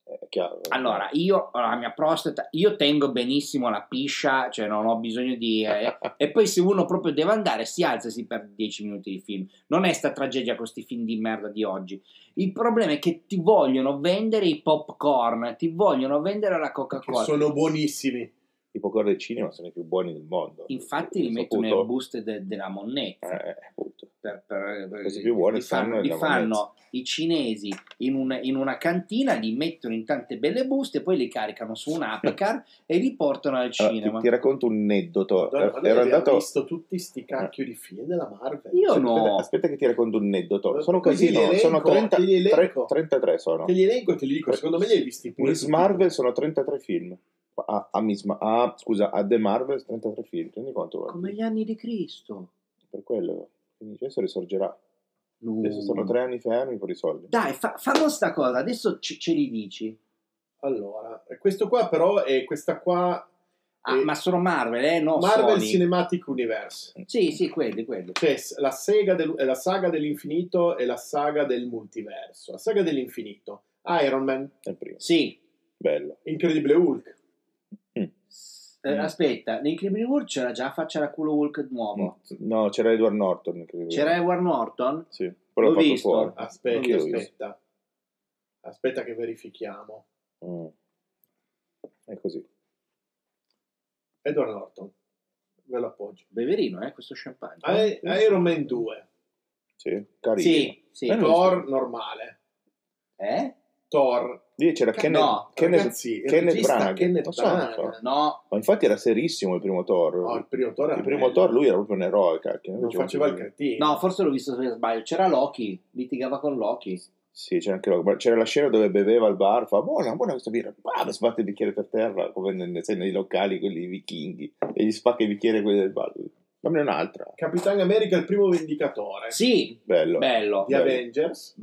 eh, È chiaro. Allora, io allora, la mia prostata, io tengo benissimo la piscia, cioè non ho bisogno di eh, e poi se uno proprio deve andare si alza e si perde 10 minuti di film. Non è sta tragedia con sti film di merda di oggi. Il problema è che ti vogliono vendere i popcorn, ti vogliono vendere la Che Coca-Cola. sono Eh, buonissimi. I popcorn del cinema sono i più buoni del mondo. Infatti li Ho mettono saputo. nelle buste de- della monnezza. Eh, appunto. per, per- Questi più buoni li fanno, stanno li nella fanno monnezza. i cinesi in, un- in una cantina, li mettono in tante belle buste, poi li caricano su un apicar e li portano al Allora, cinema. ti, ti racconto un aneddoto. Madonna, ma noi Ero abbiamo andato... visto tutti sti cacchio di film della Marvel. Cioè, Io Aspetta, no, aspetta che ti racconto un aneddoto. Sono Così così, li no, elenco, sono 30, te li elenco. 33 sono. Te li elenco e te li dico, Eh, secondo me li hai visti pure. Miss tutti. Marvel sono 33 film. A, a Miss Ma- a- scusa, a The Marvel 33 film. Ti rendi conto? guarda? come gli anni di Cristo. Per quello. Quindi adesso risorgerà. No. Adesso sono tre anni fermi, poi risolvi. Dai, fa, fammo sta cosa, adesso ce, ce li dici. Allora, questo qua però è questa qua... Ah, Eh, ma sono Marvel, eh? No, Marvel Sony. Cinematic Universe. Sì, sì, quelli, quelli. Cioè, s- la, sega del- è la saga dell'infinito e la saga del multiverso. La saga dell'infinito. Iron Man, È il primo. Sì. Bello. Incredibile Hulk. Eh, Mm. Aspetta, l'Incredibile World c'era già faccia la culo Hulk Mm. nuovo. No, c'era Edward Norton. credo. C'era Edward Norton? Sì. Però l'ho L'ho fatto visto. fuori. Aspetta, Anch'io l'ho aspetta. Aspetta che verifichiamo. Mm. È così. Edward Norton. Ve lo appoggio. Beverino, eh, questo champagne. Ah, I- Iron Man 2. eh, Sì. Carino. Sì, sì. Eh, no. Thor normale. Eh? Thor. Lì c'era Che- Kenneth, no, Kenneth- Ragazzi, il Kenneth regista Branagh. Kenneth Lo so, lo Branagh. so. No, Ma infatti era serissimo il primo Thor. No, il primo Thor era il primo bello. Thor lui era proprio un eroe, cacchio. non faceva il cretino. no, forse l'ho visto se sbaglio. C'era Loki, litigava con Loki. Sì, c'era anche Loki. Ma C'era la scena dove beveva al bar, fa buona, buona questa birra, bam, sbatte il bicchiere per terra, come nei, sai, nei locali, quelli vichinghi, e gli spacca il bicchiere quelli del bar. Dammi un'altra. Capitan America il primo vendicatore. Sì, Bello. bello. Di Bello. Avengers.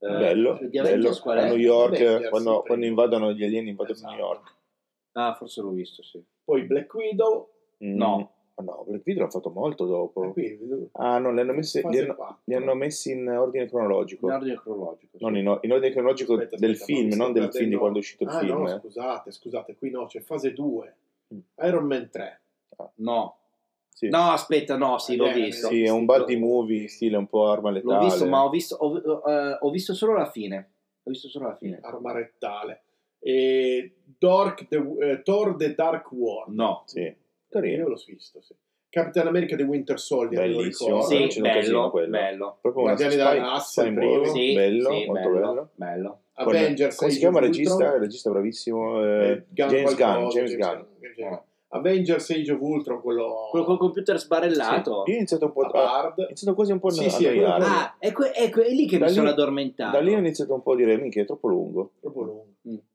Eh, Bello, Di bello. Ah, Avengers qual a è? New eh, York, Avengers, quando, sì, quando prima. invadono gli alieni invadono Esatto. New York. Ah, forse l'ho visto, sì. Poi Black Widow. Mm. No. Ma no, Black Widow l'hanno fatto molto dopo. E Eh, qui, Ah no, Oh. li hanno, messi, li, fase hanno, quattro. li hanno messi in ordine cronologico. In ordine cronologico. sì. Boh. Non in, in ordine cronologico Aspetta, del aspetta, film, no, mi non sto del film di perdendo- quando è uscito il Ah, film. no, eh. scusate, scusate, qui no, c'è fase 2. Mm. Iron Man 3. No. Sì. No, aspetta, no, sì, Ah, l'ho eh, visto. Sì, è un buddy movie, stile un po' arma letale. L'ho visto, ma ho visto, ho, eh, ho visto solo la fine. Ho visto solo la fine. Arma rettale. E Dork the, eh, Thor The Dark War. No. Sì, Io carino. l'ho visto, sì. Capitan America The Winter Soldier, me lo Bellissimo. ricordo. Sì. Sì, c'è un casino bello, quello. bello. Proprio una Guardiani spy- della Galassia, il spy primo. movie, Sì, bello, sì, molto bello. Bello. Con- Avengers. come si Age chiama il of Ultron, regista? Il regista bravissimo, eh, eh, Gunn James qualcosa, Gunn, James Gunn. James Gunn. Avengers Age of Ultron, quello, Quello col computer sbarellato. Io ho iniziato un po' a a, ho Bard. iniziato quasi un po' a Sì, sì, è quello annoiarmi. proprio- Ah, è, que- è que- è lì che Da mi lì- sono addormentato. Mm. Da lì ho iniziato un po' a dire, minchia, è troppo lungo. Troppo lungo.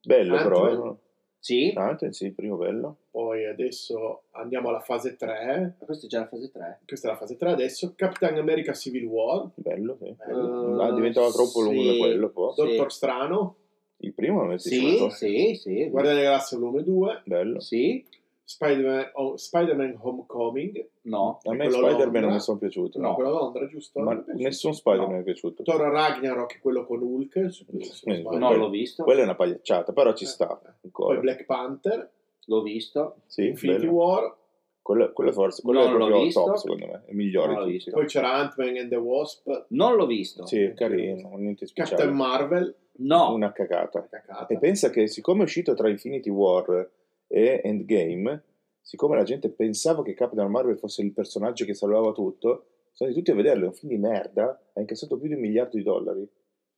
Bello Ant-Man. però, eh. no? Sì, Tanto, sì, il primo bello. Poi adesso andiamo alla fase 3. ma questa è già la fase 3. Questa è la fase 3 adesso. Capitan America Civil War. Bello, sì. Bello. Ah, diventava troppo Eh, sì. lungo da quello, poi. Sì. Dottor Strano. Il primo mi è Sì, piaciuto. sì, sì. Guardiani della Galassia volume 2. Bello. Sì, Spider-Man, oh, Spider-Man Homecoming. no. A me Quello Spider-Man Londra. non mi sono piaciuto. No. Quello a Londra, giusto? Ma Non mi è piaciuto. nessun Spider-Man No. mi è piaciuto. Thor Ragnarok, quello con Hulk. se non sbaglio. No, l'ho visto, Quella è una pagliacciata, però ci Eh, sta eh. Poi ancora. Black Panther, l'ho visto. Sì, Infinity bello. War, Quello, quello è forse, quello No, è non l'ho proprio visto. top secondo me, è il migliore Non l'ho di visto. tutti. poi c'era Ant-Man and the Wasp, Non l'ho visto. Sì, è carino, niente speciale. Captain Marvel, No, Cioè, Una cagata. cacata. E pensa che siccome è uscito tra Infinity War e Endgame, siccome la gente pensava che Captain Marvel fosse il personaggio che salvava tutto, sono andati tutti a vederlo, è un film di merda, ha incassato più di un miliardo di dollari.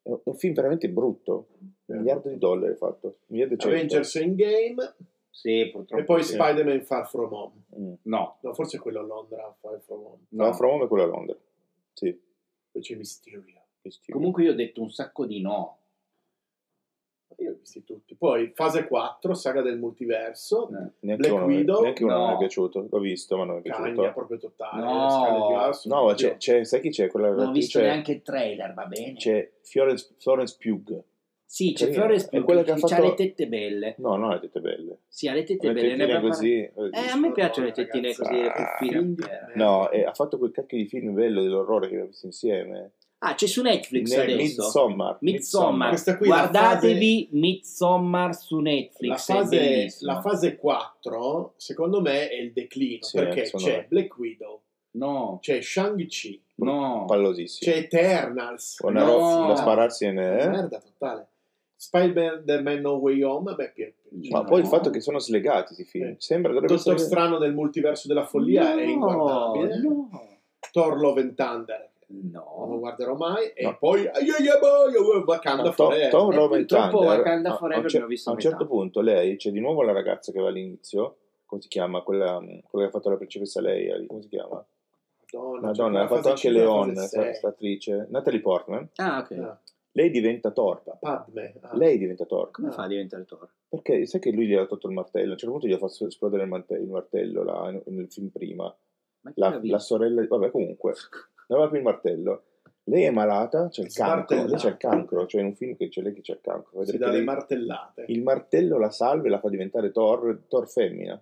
È un- un film veramente brutto, un miliardo di dollari ha fatto, un miliardo e cento. Avengers Endgame sì, purtroppo. e poi sì. Spider-Man Far From Home. Mm. No, No, forse quello a Londra, Far From Home. no. No, From Home è quello a Londra. Sì, Poi c'è Mysterio. questi- Comunque io ho detto un sacco di no. Io li ho visti tutti. Poi fase 4, saga del multiverso, Eh. neanche Black uno, mi- Widow? neanche uno mi No. è piaciuto, l'ho visto ma non mi è piaciuto. cagna proprio totale, No. Scarlett Johansson. No, cioè, c'è, c'è- sai chi c'è? Quella Non ho visto attrice- neanche il trailer, va bene. C'è Florence, Florence Pugh. sì, c'è Carino. Florence È Pugh quella che, che ha ha fatto- le tette belle. No, no, le tette belle. Sì, ha le tette Le belle. ne tettine abbiamo parlato. così. Eh, a me piacciono le Ragazzi, tettine così, le puffine. quindi- Eh. No, e ha fatto quel cacchio di film bello dell'orrore che abbiamo visto insieme. Ah, c'è su Netflix Ne- adesso. Midsommar. Midsommar. Questa qui è la Guardatevi Midsommar su Netflix. la è fase, bellissimo. la fase 4, secondo me, è il declino, Sì, perché secondo c'è me. Black Widow, No, c'è Shang-Chi, Cioè, no. Pallosissimo. c'è Eternals. Una Cioè, No. roba da spararsi Una in... Merda totale. Spider-Man No Way Home, a me piace. Ma No. poi il fatto che sono slegati questi film. Eh. Sembra dovrebbe Dottor essere- Strano del multiverso della follia è inguardabile. No, Thor Love and Thunder non lo no. guarderò mai. E No. poi ai, ai, ai, boy, oh, Wakanda No, Tom, Forever. Tom Eh, Robin purtroppo Thunder, Wakanda a- a un Forever cer- ne ho visto a un metà. certo punto lei c'è di nuovo la ragazza che va all'inizio come si chiama quella, mm, quella che ha fatto la principessa Leia lì, come si chiama Madonna, Madonna cioè, l'ha fatto fase anche cinque, Leon fase sei. questa attrice Natalie Portman Ah, ok. Ah, lei diventa torta Padme. ah. lei diventa torta Come fa a diventare Thor? perché sai che lui gli ha tolto il martello a un certo punto gli ha fatto esplodere il, mante- il martello là, in- nel film prima Ma chi l'ha la, visto? la sorella vabbè comunque non aveva più il martello lei è malata c'è il cancro Smartellata. lei c'è il cancro cioè in un film che c'è lei che c'è il cancro Si Vedete dà che le lei- martellate. il martello la salva e la fa diventare Thor, Thor femmina.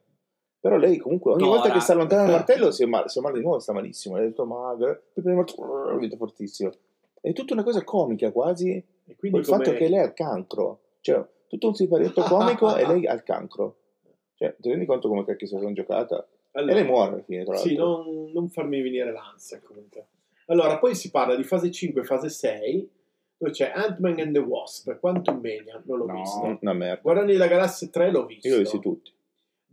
Però lei comunque ogni Tora. volta che si allontana dal martello si è male, si è male di nuovo, sta malissimo, è tutto magro, poi prende il martello, diventa fortissimo. È tutta una cosa comica quasi, E quindi col fatto come- che lei ha il cancro. Cioè, tutto un siparietto comico e lei ha il cancro. Cioè, ti rendi conto come cacchio si sono giocata? E Allora, lei muore alla fine, tra l'altro. Sì, non, non farmi venire l'ansia comunque. Allora, poi si parla di fase 5 e fase 6, dove c'è Ant-Man and the Wasp, Quantum Mania, non l'ho No. visto. No, Una merda. Guardiani della Galassia 3 l'ho visto. Io li ho visti tutti.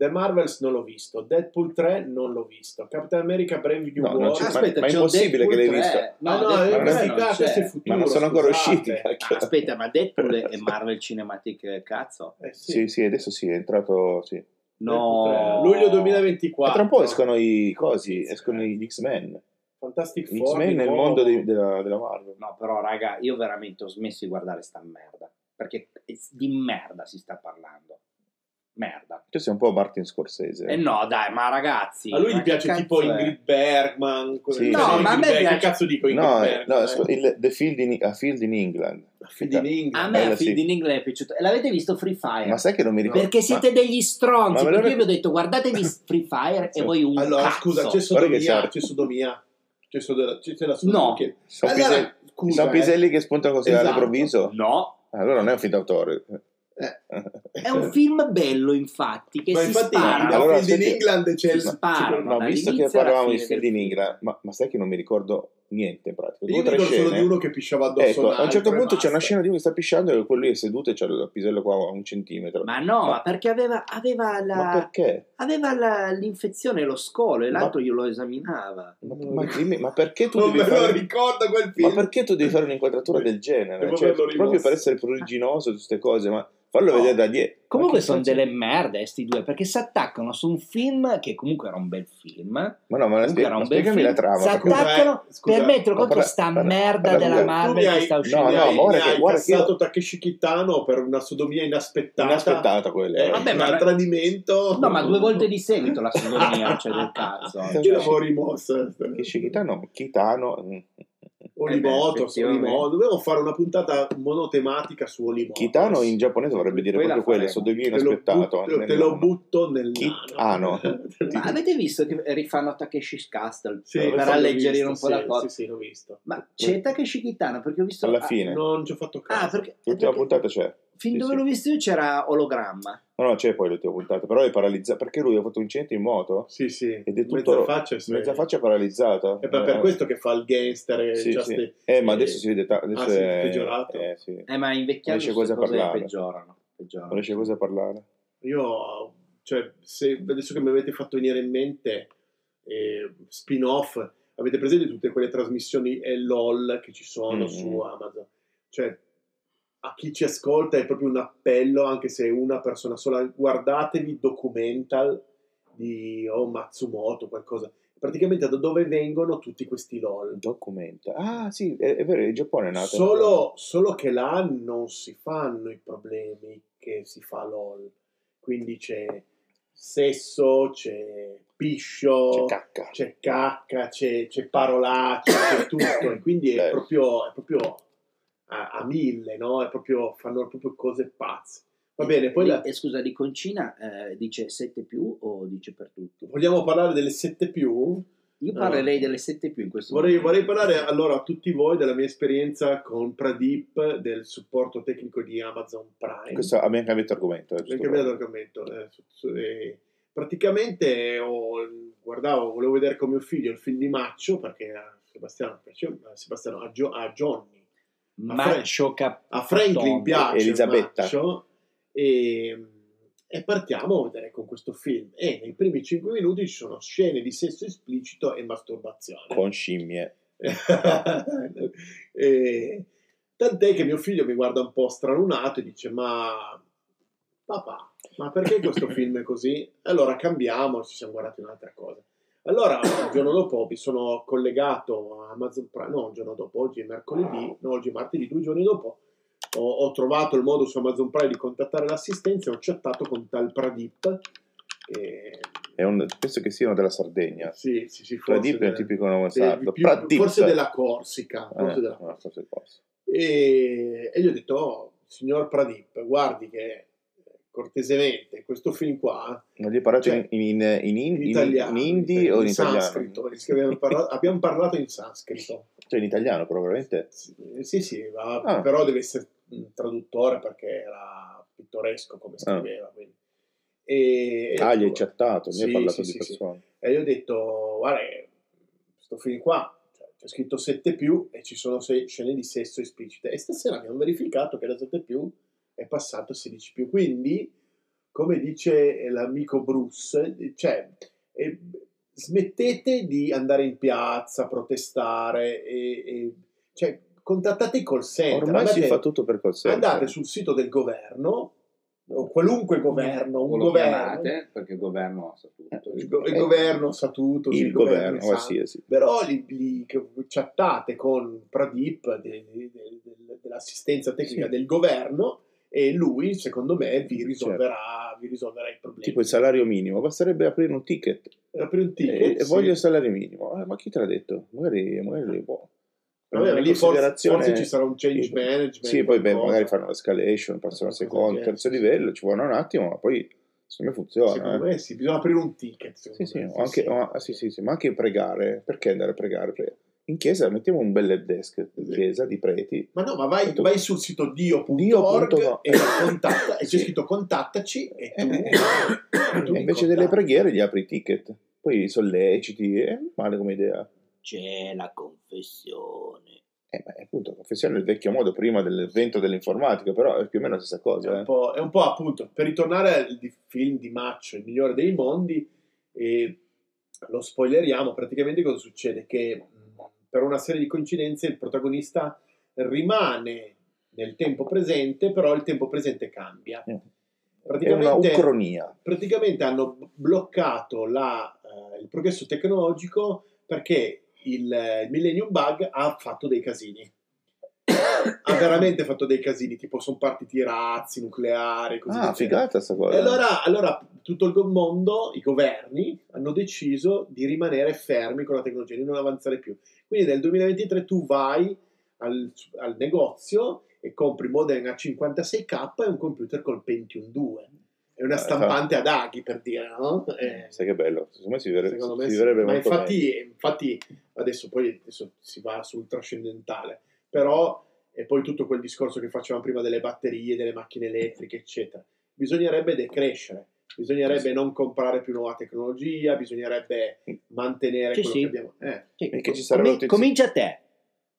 The Marvels non l'ho visto. Deadpool 3 non l'ho visto. Captain America Brave New No, non World. c'è- Aspetta, Aspetta, ma è c'è impossibile che l'hai Deadpool visto. 3. No, no, Deadpool ma non è- è tre questi non qua, c'è. questo è futuro. Ma non sono ancora scusate. usciti, Ah, cacchio. Aspetta, ma Deadpool e Marvel Cinematic cazzo? Eh, sì. Sì, sì, adesso sì, è entrato, sì. No. eh. Deadpool 3. Luglio Ma 2024. tra un po' escono i cosi, escono gli X-Men. Fantastic Gli Four. X-Men di nel oh. nuovo. mondo dei- della, della Marvel. No, però raga, io veramente ho smesso di guardare sta merda, perché è- di merda si sta parlando. Merda. Tu sei un po' Martin Scorsese. Eh, E no, dai, ma ragazzi. A lui ma gli che piace cazzo tipo è? Ingrid Bergman. cose- Sì, cioè, No, Ingrid ma a me Bergman, piace- Che cazzo dico Ingrid No, eh, Bergman? no, scu- il- The Field in, a Field in England. Fede in England. A me Bella, a Field Eh, sì. in England è piaciuto. E l'avete visto Free Eh. Fire? Ma sai che non mi ricordo. Perché siete ma- degli stronzi. ma me lo Perché io vi ho rec- detto guardatevi Free Fire Sì. e voi un Allora, cazzo. scusa, c'è Guarda che certo. sodomia, sarà. c'è sodomia, c'è sodomia, c'è della sodomia. No. Che- Sono, Allora, piselli, scusa, sono eh. piselli che spuntano così Esatto. all'improvviso. No, Allora non è un film d'autore. Eh. è un film bello infatti che Ma si infatti, spara. a Allora, Fede in senti- England c'è Si il... sparano. No, visto che dall'inizio alla parlavamo di fine Field del in film. England, ma, ma sai che non mi ricordo niente in pratica. Due Io o mi tre ricordo solo di scene. uno che pisciava addosso Ecco, a un un certo altro e punto c'è una basta. scena di uno che sta pisciando e quello lì è seduto e c'è il pisello qua a un centimetro. Esatto. Ma no, Ma- ma perché aveva, aveva la- Ma perché? aveva la- l'infezione, lo scolo e l'altro glielo esaminava. Ma, ma dimmi, ma perché tu Non devi me lo fare... ricordo quel Ma film. perché tu devi fare un'inquadratura del genere? Devo Cioè, averlo rimosso. proprio per essere pruriginoso su queste cose, ma Fallo No. vedere da dietro. Comunque Ma che sono cazzo- delle merde sti due perché si attaccano su un film che comunque era un bel film. Ma no, ma la Comunque spie- era ma un bel spiegami film. la trama. si perché- Sacco- attaccano Scusa, per mettere contro parla- sta parla- merda della parla- tu Tu mi Marvel che hai, Ah, sta No, uscendo. mi no, hai- guarda mi che- hai guarda che io- incassato Takeshi Kitano per una sodomia inaspettata. Inaspettata quella. Eh, era. Vabbè, un ma- tradimento. No, ma due volte di seguito la sodomia, cioè del cazzo. Che cioè. Che lavori mossa. Che Kitano, Kitano, mm, Eh beh, Olimoto, su effettivamente. Olimoto. Dovevo fare una puntata monotematica su Olimoto. Kitano in giapponese dovrebbe dire Poi la proprio quello, faremo. sodomia Te lo, inaspettato. butto, te nel lo nome. butto nel Kit- nano. ah, no. Ma avete visto che rifanno Takeshi's Castle Sì, per l'ho alleggerire visto, un po' sì, la cosa? Sì, sì, l'ho visto. Ma c'è Takeshi Kitano perché ho visto... Alla ah, fine, Non ci ho fatto caso. Ah, perché... l'ultima perché puntata c'è. Fin sì, dove sì. l'ho visto io c'era ologramma. No, no, c'è poi l'ultima puntata, però è paralizzata perché lui ha fatto un incidente in moto, Sì, sì. Ed è tutto- Mezza faccia. sì. mezza faccia paralizzata. E beh, per questo che fa il gangster. e Sì, just- sì. Eh, ma adesso si vede ta- adesso Ah, sì, è peggiorato. Eh, sì. Eh, ma invecchiando queste Non riesce cose quasi a parlare. peggiorano. peggiorano. Non riesce cosa a parlare. Io, cioè, se, adesso che mi avete fatto venire in mente eh, spin-off, avete presente tutte quelle trasmissioni e LOL che ci sono Mm. su Amazon? Cioè, a chi ci ascolta è proprio un appello, anche se è una persona sola, guardatevi documental di oh, Matsumoto, qualcosa. Praticamente da dove vengono tutti questi LOL. Documenta. Ah, sì, è, è vero, il Giappone è nato. Solo, solo che là non si fanno i problemi che si fa LOL. Quindi c'è sesso, c'è piscio, C'è c'è, cacca. cacca, c'è, c'è parolacce, c'è tutto. E quindi è Bello. proprio, è proprio a, a mille, no? È proprio, fanno proprio cose pazze. Va bene, poi Di- la- eh, scusa, di Concina eh, dice 7 più o dice per tutti? vogliamo parlare delle 7 più? Io No. parlerei delle 7 più in questo Vorrei, momento. vorrei parlare allora a tutti voi della mia esperienza con Pradip del supporto tecnico di Amazon Prime. Questo abbiamo cambiato argomento. eh, Ho giusto cambiato per- argomento. eh, su- su- eh, praticamente ho- guardavo, volevo vedere con mio figlio il film di Maccio perché a Sebastiano, piace- a, Sebastiano, a, Gio- a Johnny, Maccio Cap... a Franklin Madonna, piace Elisabetta. Maccio e, e partiamo a vedere con questo film. E nei primi 5 minuti ci sono scene di sesso esplicito e masturbazione. Con scimmie. Eh, tant'è che mio figlio mi guarda un po' stralunato e dice: Ma papà, ma perché questo film è così? Allora cambiamo, ci siamo guardati un'altra cosa. Allora, il giorno dopo mi sono collegato a Amazon Prime, no, il giorno dopo, oggi è mercoledì, no, oggi è martedì, due giorni dopo, ho, ho trovato il modo su Amazon Prime di contattare l'assistenza e ho chattato con tal Pradip. eh, È un- penso che siano della Sardegna. sì, sì, sì, forse Pradip è un del- tipico nome del- sardo. più- Pradip. forse della Corsica, forse Eh, della no, forse posso. e, e gli ho detto, "Oh, signor Pradip, guardi che cortesemente questo film qua, Non gli hai parlato Cioè, in, in, in, in- in in- italiano, in hindi o in italiano? sanscrito, perché abbiamo, parla- abbiamo parlato in sanscrito. Cioè in italiano, probabilmente. Sì, sì, ma- Ah. però deve essere un traduttore perché era pittoresco come scriveva. quindi. E, Ah, gli hai ecco, chattato, mi Sì, hai parlato sì, di sì, sì. persone. E io ho detto, guarda, questo film qua cioè, c'è scritto 7 più e ci sono sei scene di sesso esplicite. E stasera abbiamo verificato che da 7 più è passato a 16 più. Quindi, come dice l'amico Bruce, cioè, eh, smettete di andare in piazza, protestare, e, e- cioè, contattate i call center. Ormai si Eh, andate- fa tutto per col senso. Andate sul sito del governo, o qualunque governo, un Lo governo. chiamate, perché il governo Eh, sa tutto. Il, go- il governo sa tutto, sì, Eh, Il governo, eh, sa- qualsiasi. però li, li- che chattate con Pradip de- de- de- de- dell'assistenza tecnica Sì. Certo. del governo e lui, secondo me, vi risolverà, vi risolverà i problemi. Tipo il salario minimo, basterebbe aprire un ticket. Apri un ticket, Eh, sì. Voglio il salario minimo. Eh, ma chi te l'ha detto? Magari, magari boh. Eh. Vabbè, Una lì forse, considerazione- forse ci sarà un change Sì. management. Sì, poi beh, qualcosa. magari fanno l'escalation, passano al Qualcosa secondo, del terzo genere. livello, ci vuole un attimo, ma poi secondo me funziona. Secondo eh. me sì, bisogna aprire un ticket. Sì, secondo sì, me, o anche- o- ah, sì, sì, sì, ma anche pregare. Perché andare a pregare? Pre- In chiesa mettiamo un bel help desk in Sì. chiesa di preti. Ma no, ma vai, vai sul sito dio.org Dio.org. e, contatta, e c'è Sì. scritto contattaci e Eh, tu, tu mi invece delle contatti. preghiere gli apri i ticket, poi solleciti, è male come idea. C'è la confessione. Eh, ma appunto, confessione è il vecchio modo prima dell'evento dell'informatica, però è più o meno la stessa È cosa. un, eh. po', è un po' appunto per ritornare al di- film di Maccio, il migliore dei mondi, e lo spoileriamo. Praticamente cosa mm, succede? Che mh, per una serie di coincidenze il protagonista rimane nel tempo presente, però il tempo presente cambia. Mm. È una Praticamente, ucronia. praticamente hanno b- bloccato la, eh, il progresso tecnologico perché il, eh, il Millennium Bug ha fatto dei casini. ha veramente fatto dei casini, tipo sono partiti i razzi nucleari, così Ah, via. figata sta cosa. E allora, allora tutto il mondo, i governi, hanno deciso di rimanere fermi con la tecnologia, di non avanzare più. Quindi nel 2023 tu vai al, al negozio e compri Modem a 56k e un computer col Pentium 2. È una Ah, stampante ad aghi per dire, no? Eh, Sai che bello, secondo me si vivere- secondo si me sì. vivrebbe Ma molto meglio. infatti, infatti adesso poi adesso si va sul trascendentale, però e poi tutto quel discorso che facevamo prima delle batterie, delle macchine elettriche, eccetera. Bisognerebbe decrescere, bisognerebbe non comprare più nuova tecnologia, bisognerebbe mantenere Sì, quello sì. che abbiamo. Eh, E che ci Comi- sarebbe un tizio- comincia te.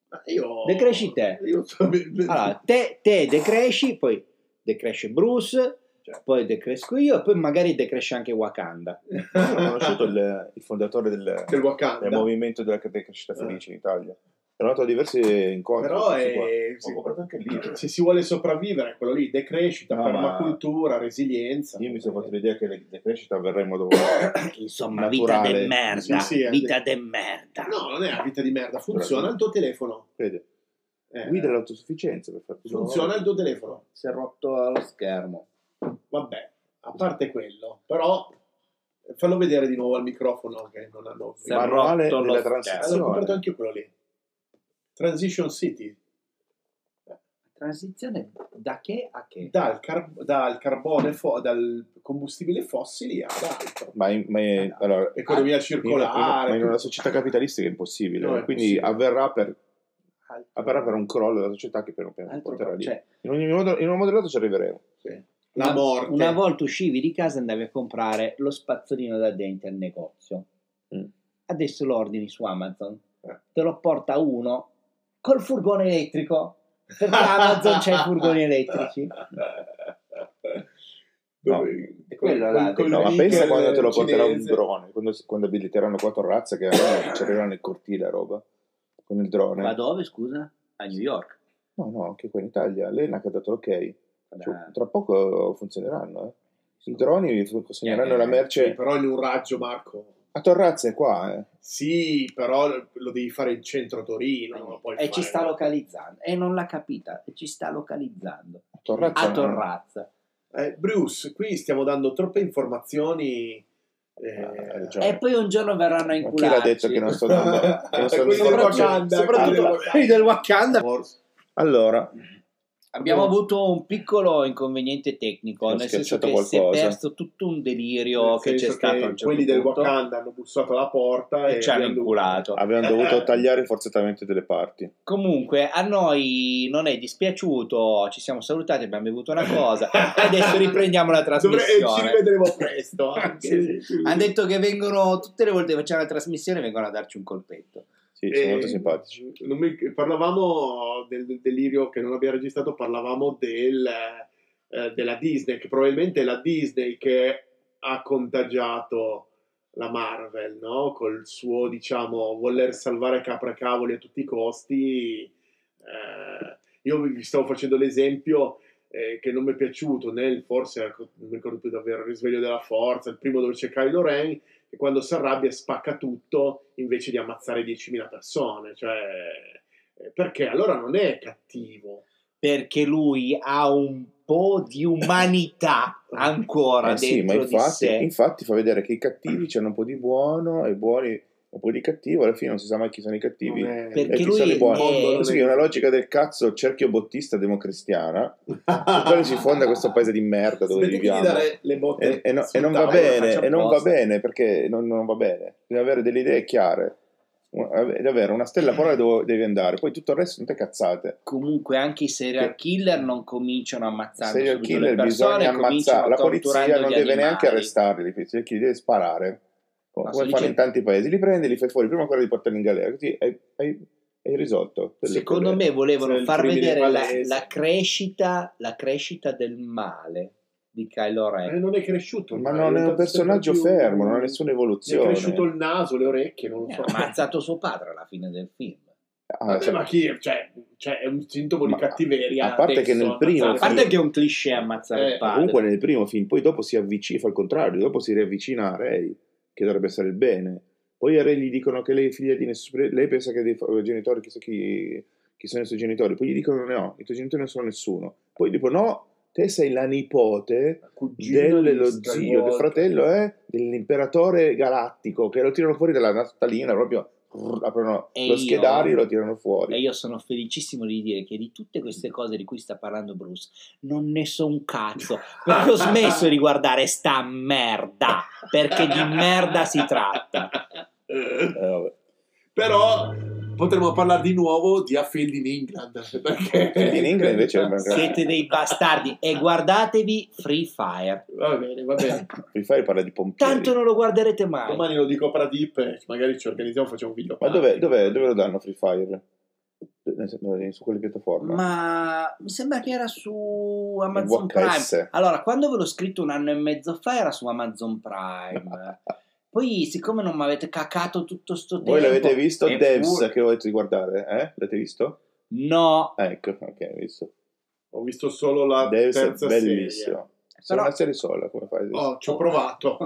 ma io Decresci te. Io so- Allora, te, te decresci, poi decresce Bruce, Certo. Cioè. poi decresco io, e poi magari decresce anche Wakanda. Io ho conosciuto il, il fondatore del, del del Wakanda. movimento della crescita felice in Italia. È andato a diversi incontri. Però questi qua. è, Ho comprato anche il libro. se si vuole sopravvivere, quello lì, decrescita, No, ma- permacultura, resilienza. Io mi sono fatto l'idea che la la crescita avverrà in modo naturale. Insomma, vita de merda, Sì, sì, eh. vita de merda. No, non è una vita di merda, funziona il tuo telefono. Vede, Eh, guida l'autosufficienza per farti funziona il tuo telefono. Si è rotto lo schermo. Vabbè, a parte quello, però eh, fallo vedere di nuovo al microfono che non hanno Sì, Allora, manuale rotto lo della schermo. ho comprato transizione. anche io quello lì. Transition City, Transizione da che a che? dal, car- dal carbone, fo- dal combustibile fossili ad altro. Ma, in- ma è- allora, Economia in, in- Ah, ma circolare. in una società capitalistica è impossibile. No, è quindi possibile. avverrà per, Altro- avverrà per un crollo della società che piano piano altro- porterà lì. cioè, In ogni modo, in un modo o nell'altro ci arriveremo. sì. La una- morte. Una volta uscivi di casa andavi a comprare lo spazzolino da dente al negozio. Mm. Adesso lo ordini su Amazon. Eh. Te lo porta uno col furgone elettrico. Perché Amazon c'ha i furgoni elettrici. No. E quello là, diciamo. con- del- No, ma Quel pensa link quando te lo cinese. porterà un drone, quando, quando abiliteranno quattro razze che avranno- ci arriveranno nel cortile la roba, con il drone. Ma dove, scusa? A New York. No, no, anche qua in Italia, l'ENAC ha dato l'ok. Cioè, Da- tra poco funzioneranno, eh. I droni consegneranno Eh, la Sì, merce però in un raggio, Marco. a Torrazze qua, eh. Sì, però lo devi fare in centro a Torino. non lo puoi e Eh, ci fare. sta localizzando. E non l'ha capita. E ci sta localizzando. A Torrazze. A no. Torrazza. Eh, Bruce, qui stiamo dando troppe informazioni. eh, Ah, hai ragione. E poi un giorno verranno a Ma chi l'ha incularci. detto che non sto dando? che non sto dando- Quelli del Soprattutto- Wakanda, soprattutto quelli del quelli del Wakanda forse. Allora, Abbiamo Oh. avuto un piccolo inconveniente tecnico, Ho nel senso schiacciato che si è qualcosa. perso tutto un delirio Nel che c'è senso stato a un certo quelli del punto Wakanda hanno bussato alla porta e, e ci hanno abbiamo- inculato. avevano dovuto tagliare forzatamente delle parti. Comunque a noi non è dispiaciuto, ci siamo salutati, abbiamo bevuto una cosa, adesso riprendiamo la Dovre- eh, ci trasmissione. rivedremo presto. anche. Sì, Hanno detto che vengono tutte le volte che facciamo la trasmissione vengono a darci un colpetto. Sì, Eh, sono molto simpatici. non mi- parlavamo del, del delirio che non abbiamo registrato, parlavamo del, eh, della Disney, che probabilmente è la Disney che ha contagiato la Marvel, no? Col suo, diciamo, voler salvare capra e cavoli a tutti i costi. Eh, io vi stavo facendo l'esempio eh, che non mi è piaciuto nel, forse, ecco, non mi ricordo più davvero, il risveglio della forza, il primo dove c'è Kylo Ren, e quando si arrabbia spacca tutto invece di ammazzare 10.000 persone. Cioè, eh, perché allora non è cattivo. Perché lui ha un po' di umanità ancora Eh sì, ma dentro di infatti, sé. infatti fa vedere che i cattivi c'hanno un po' di buono e i buoni un po' di cattivo, alla fine non si sa mai chi sono i cattivi. Non è- E Perché chi lui sono i buoni? è- Sì, è una logica del cazzo cerchio bottista democristiana, sul quale si fonda questo paese di merda dove Smettetemi viviamo. di dare le botte E, e no- sul e non va tavolo, bene, facciamo e non va apposta. bene perché non, non va bene. Devi avere delle idee chiare, un- ave- avere una stella polare dove devi andare, poi tutto il resto sono te cazzate. comunque anche i serial Che- killer non cominciano ammazzando serial subito killer le persone, bisogna ammazzare, cominciano la polizia torturando non gli deve neanche animali. arrestarli, i serial killer deve sparare, Ma come sto fanno in dicendo- tanti paesi, li prendi, li fai fuori prima ancora di portarli in galera, così hai, hai- hai risolto. delle Secondo problemi. me volevano Cioè, il far crimine vedere la, palese. la crescita, la crescita del male di Kylo Eh, Ren. non è cresciuto. Ma ormai, non è un diventato personaggio sempre più- fermo, non ha nessuna Gli è evoluzione. cresciuto il naso, le orecchie, non lo Eh, so. Ha ammazzato suo padre alla fine del film. Ah, Vabbè, ma chi, cioè, cioè, è un sintomo di Ma- cattiveria. a parte adesso, che nel primo- A ammazzare- parte che è un cliché ammazzare Eh, il padre. Comunque nel primo film, poi dopo si avvicina, fa il contrario, dopo si riavvicina a Ray, che dovrebbe essere il bene. Poi a Ray gli dicono che lei è figlia di nessuno, lei pensa che dei fa- genitori, chissà chi, chi sono i suoi genitori, poi gli dicono no, i tuoi genitori non sono nessuno. Poi dicono no, te sei la nipote cugino di dello Skywalker. zio, del fratello eh, dell'imperatore galattico, che lo tirano fuori dalla natalina, proprio rrr, aprono E lo io- schedario e lo tirano fuori. E io sono felicissimo di dire che di tutte queste cose di cui sta parlando Bruce non ne so un cazzo. Perché ho smesso di guardare sta merda. Perché di merda si tratta. Eh, vabbè. Però potremmo parlare di nuovo di A Field in England. Perché Field in England invece è un gran- Siete dei bastardi. E guardatevi Free Fire. Va bene, va bene. Il fare parla di pompieri. Tanto non lo guarderete mai. Domani lo dico a Pradip, e magari ci organizziamo, facciamo un video. Ma dov'è, dov'è- dove lo danno Free Fire? Nel- Su quelle piattaforme? Ma mi sembra che era su Amazon VHS. Prime. Allora, quando ve l'ho scritto un anno e mezzo fa era su Amazon Prime. Poi, siccome non mi avete cacato tutto sto tempo... Voi l'avete visto e Devs pur- che ho detto di guardare, eh? L'avete visto? No, Ah, ecco, ok, ho visto. Ho visto solo la Devs è terza serie. bellissimo. Se Però- una serie sola, come fai? Oh, ci ho provato. Ho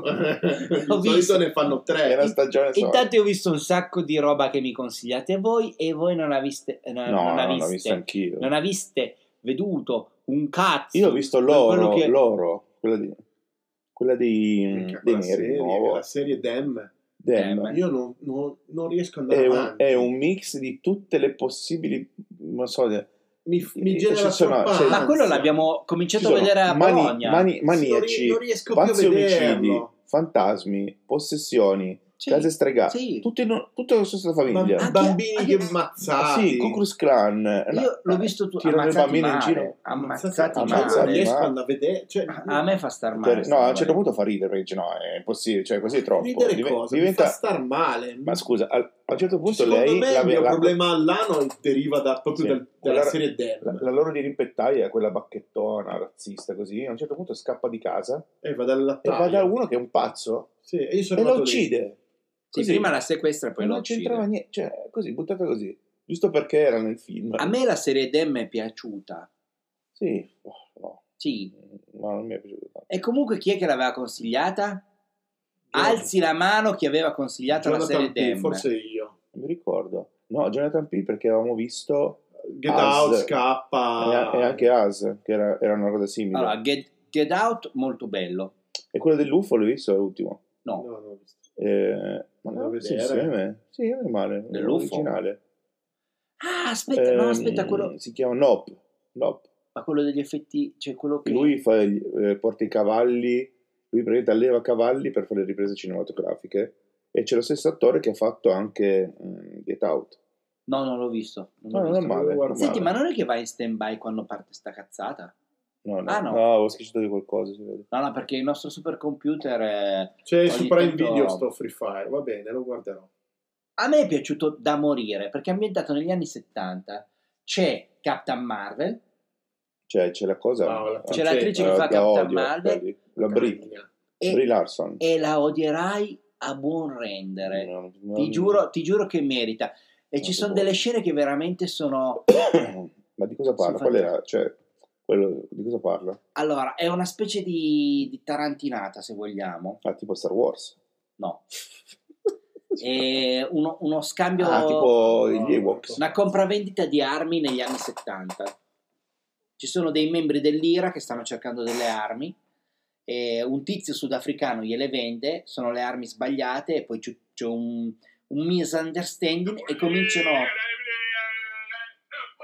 visto. Ho visto ne fanno è una eh, tre. stagione sola. intanto io ho visto un sacco di roba che mi consigliate voi e voi non aviste... eh, No, Non, no, non non l'ho aviste- vista anch'io. non aviste veduto un cazzo. Io ho visto Quello l'oro, che- l'oro, quella di... Quella di... Minchia, dei quella neri, di serie, nuovo. La serie Dem. Damn. Eh, Io non, non- non riesco ad andare È un, avanti. è un mix di tutte le possibili... Non so... Certo, Mi, mi genera Ci sono- troppa c'è- Ma ansia. quello l'abbiamo Ci cominciato a sono vedere a mani- Bologna. mani- non, maniaci, ri- non riesco più a pazzi omicidi, vederlo. fantasmi, possessioni, Sì, case stregate, sì. tutti in- tutta la stessa famiglia. Bam- Anche- bambini anche- che Ah, ammazzati. sì, Ku Klux Klan. Io l'ho visto tu Tirano i ammazzati bambini in male, giro. ammazzati male. Ammazzati, cioè, non ammazzati, riesco ma- ad andare a vedere. Cioè, Ah, A me fa star male. Cioè, no, a un certo sta punto fa ridere, perché dice, no, è impossibile, cioè così è troppo. ridere Diven- cosa? diventa- Mi fa star male. Cioè, Ma scusa, al- a un certo punto Secondo lei... me la- il mio la- problema all'ano deriva da- proprio Sì. dal- dalla Quella- serie Dem. la, la loro dirimpettaia è quella bacchettona, razzista, così, a un certo punto scappa di casa E Eh, va dalla e va Italia. da uno che è un pazzo Sì, e io sono e lo andato lì. uccide. Sì, Così. prima la sequestra e poi Ma lo non uccide. c'entrava niente, cioè, così, buttata così, giusto perché era nel film. A me la serie Dem è piaciuta. Sì, oh, no, Sì. no, non mi è piaciuto tanto. E comunque chi è che l'aveva consigliata? Jonathan- Alzi la mano chi aveva consigliato la Jonathan serie Pee, Dem. Forse io. Non mi ricordo. No, Jonathan P. perché avevamo visto Get Us. Out, e scappa. e anche As, che era, era una cosa simile. Allora, Get, Get Out, molto bello. E quello dell'UFO l'ho visto l'ultimo. No, No, non l'ho visto. Eh, ma Devo no, sì, vedere. insieme. Sì, non è male. è Dell'UFO? Originale. Ah, aspetta, no, Ehm, aspetta, quello, Si chiama Nope. Nope. ma quello degli effetti, cioè quello che... Lui fa gli- eh, porta i cavalli, lui praticamente alleva cavalli per fare le riprese cinematografiche. E c'è lo stesso attore che ha fatto anche mm, Get Out. No, non l'ho visto. non l'ho No, Ah, non è visto. male. Guarda. non è Senti, ma male. non è che vai in stand-by quando parte sta cazzata? No, no, Ah, no. no, avevo schiacciato di qualcosa, si vede. No, no, perché il nostro supercomputer... eh, C'è Ogni su Prime tanto- Cioè, Video sto Free Fire, va bene, lo guarderò. A me è piaciuto da morire, perché è ambientato negli anni 70. C'è Captain Marvel, Cioè, c'è la cosa... No, la- c'è Ah, sì. l'attrice eh, che fa da Captain odio, Marvel quelli. La Brie, Cagna. Brie e, Larson. e la odierai a buon rendere. No, no, Ti, no. giuro, ti giuro che merita. E ci Molto sono buono. delle scene che veramente sono... Ma di cosa parla? Sì, Qual infatti. era? Cioè, quello di cosa parla? Allora, è una specie di, di tarantinata, se vogliamo. Ah, tipo Star Wars. No. Eh, È uno, uno scambio... Ah, tipo No, gli Ewoks. Una compravendita di armi negli anni 70. Ci sono dei membri dell'IRA che stanno cercando delle armi. E un tizio sudafricano gliele vende, sono le armi sbagliate, e poi c'è, c'è un, un misunderstanding e cominciano,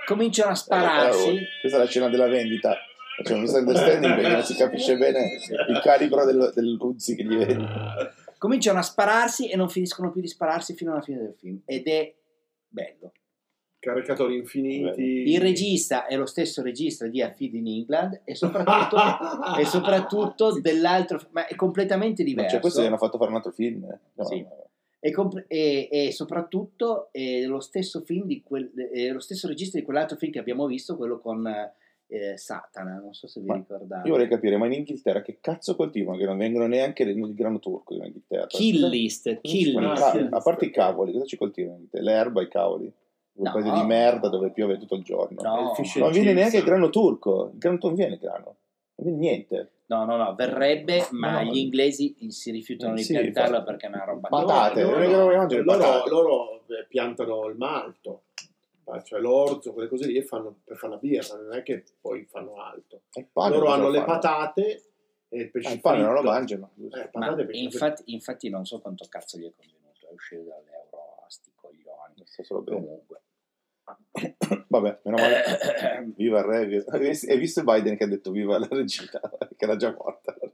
cominciano a Eh, spararsi. eh, questa è la scena della vendita. C'è un Cioè, misunderstanding perché non si capisce bene il calibro del, del Ruzzi che gli vende. Cominciano a spararsi e non finiscono più di spararsi fino alla fine del film. Ed è bello. Caricatori infiniti. Il regista è lo stesso regista di A Feed in England e soprattutto, e soprattutto dell'altro, ma è completamente Ma diverso. Cioè, questo gli hanno fatto fare un altro film. eh? No, Sì. e, comp- e- e soprattutto è lo stesso film di quel, è lo stesso regista di quell'altro film che abbiamo visto, quello con eh, Satana. Non so se vi Ma ricordate. Io vorrei capire, ma in Inghilterra che cazzo coltivano che non vengono neanche le- il grano turco in Inghilterra? Kill List, Kill Ma List. ca- a parte i cavoli, cosa ci coltivano? L'erba, i cavoli. quel No. paese di merda dove piove tutto il giorno. No. il fish and Non viene chips. neanche il grano turco, il grano non viene il grano, non viene niente. No, no, no, verrebbe, ma No, no. gli inglesi si rifiutano di Sì, piantarla infatti. perché è una roba Patate, che- non è che non mangiano le loro, patate. loro, eh, piantano il malto, eh, cioè l'orzo, quelle cose lì e fanno, per fare la birra, non è che poi fanno altro. E il pane loro cosa hanno le fanno? patate e il Eh, pesce il pane non lo fritto. mangiano. Eh, Ma patate e pesce infatti, infatti non so quanto cazzo gli è convenuto è uscire dall'euro a sti coglioni. Sta solo bene. Comunque. Vabbè, meno male. viva il re. viva- Hai visto Biden che ha detto viva la regina? Che era già morta la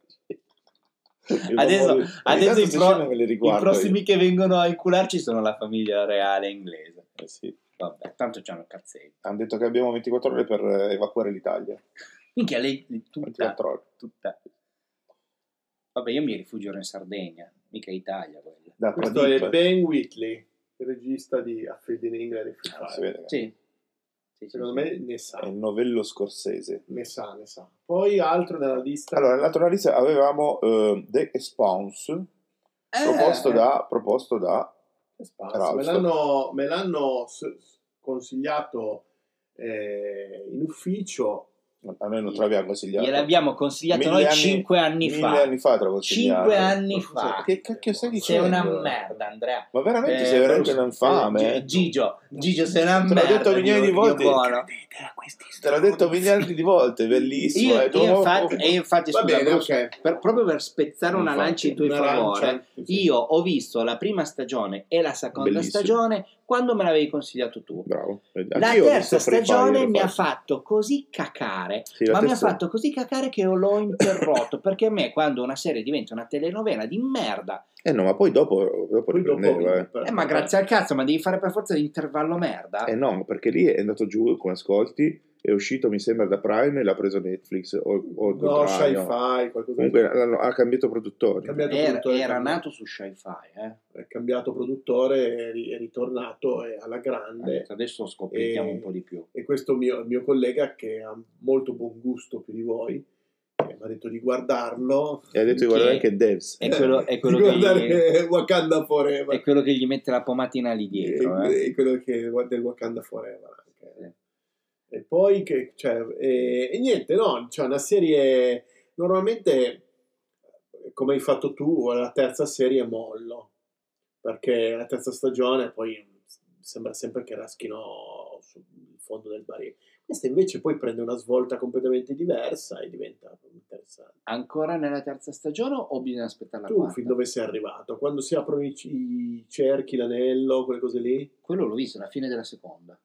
regina. Adesso- Ogni tanto adesso i queste pro- scene me le I riguardo prossimi che vengono a incularci sono la famiglia reale inglese. io. Eh sì. Vabbè, tanto c'hanno il cazzetto. Hanno detto che abbiamo 24 ore per eh, evacuare l'Italia. Minchia, lei lei tutta, 24 ore. tutta. Vabbè, io mi rifugierò in Sardegna, mica Italia quella. Da Questo Pradip. è Ben Whitley, il regista di A Field in England e Free Ah, si Fire. vede, Sì. Sì, Secondo sì, Eh. sì. me ne sa, È il novello scorsese. ne sa, ne sa. Poi altro nella lista, Allora, nella tua lista avevamo eh, The Expanse, Eh, proposto da... Proposto da Spazio. me Ralph. l'hanno, me l'hanno s- s- consigliato eh, in ufficio, a noi non te l'abbiamo consigliato. Gliel'abbiamo consigliato Mille noi anni- 5 anni Mille fa. anni fa te l'ho consigliato. Cinque anni Scusa, fa. Che cacchio Sei stai dicendo? una merda, Andrea. Ma veramente Eh, sei veramente Bruce, un infame. eh, eh? Gigio, Gigio, sei una Te l'ho merda. detto milioni mio- di volte. mio buono. Te l'ho detto miliardi di volte, bellissimo. Io, eh, tu- io infatti, e infatti, va scusa, bene, Bruce, ok. per- proprio per spezzare una Infatti, lancia in tuo Un'arancia. favore, io ho visto la prima stagione e la seconda Bellissimo. stagione quando me l'avevi consigliato tu. Bravo. Anche La io ho terza visto Free stagione Fire, mi ha infatti. fatto così cacare, Sì, la ma mi ha terza- fatto così cacare che l'ho interrotto, perché a me quando una serie diventa una telenovela di merda, Eh no, ma poi dopo, dopo Poi dopo- riprendeva, eh. eh, ma grazie al cazzo, ma devi fare per forza l'intervallo merda. Eh no, perché lì è andato giù come ascolti, è uscito mi sembra da Prime e l'ha preso Netflix o, Oh, o il No, sci-fi, contrario. qualcosa Comunque di- l'hanno- ha cambiato Ha produttore. cambiato Era, produttore, era è cambiato- nato su Sci-Fi, eh. è cambiato produttore, è, ri- è ritornato eh, alla grande. adesso scopriamo Eh, un po' di più. e questo mio, mio collega che ha molto buon gusto più di voi eh, mi ha detto di guardarlo E ha detto di Che- guardare anche Devs. È quello, è quello di che gli- guardare Wakanda Forever è quello che gli mette la pomatina lì dietro. e, eh. e quello che del Wakanda Forever anche. Sì. e poi che cioè, e, e niente no c'è una serie normalmente come hai fatto tu la terza serie mollo perché la terza stagione poi sembra sempre che raschino sul fondo del barile questa invece poi prende una svolta completamente diversa e diventa interessante Ancora nella terza stagione o bisogna aspettare la tu quarta? fin dove sei arrivato quando si aprono i, i cerchi l'anello quelle cose lì Quello l'ho visto alla fine della seconda.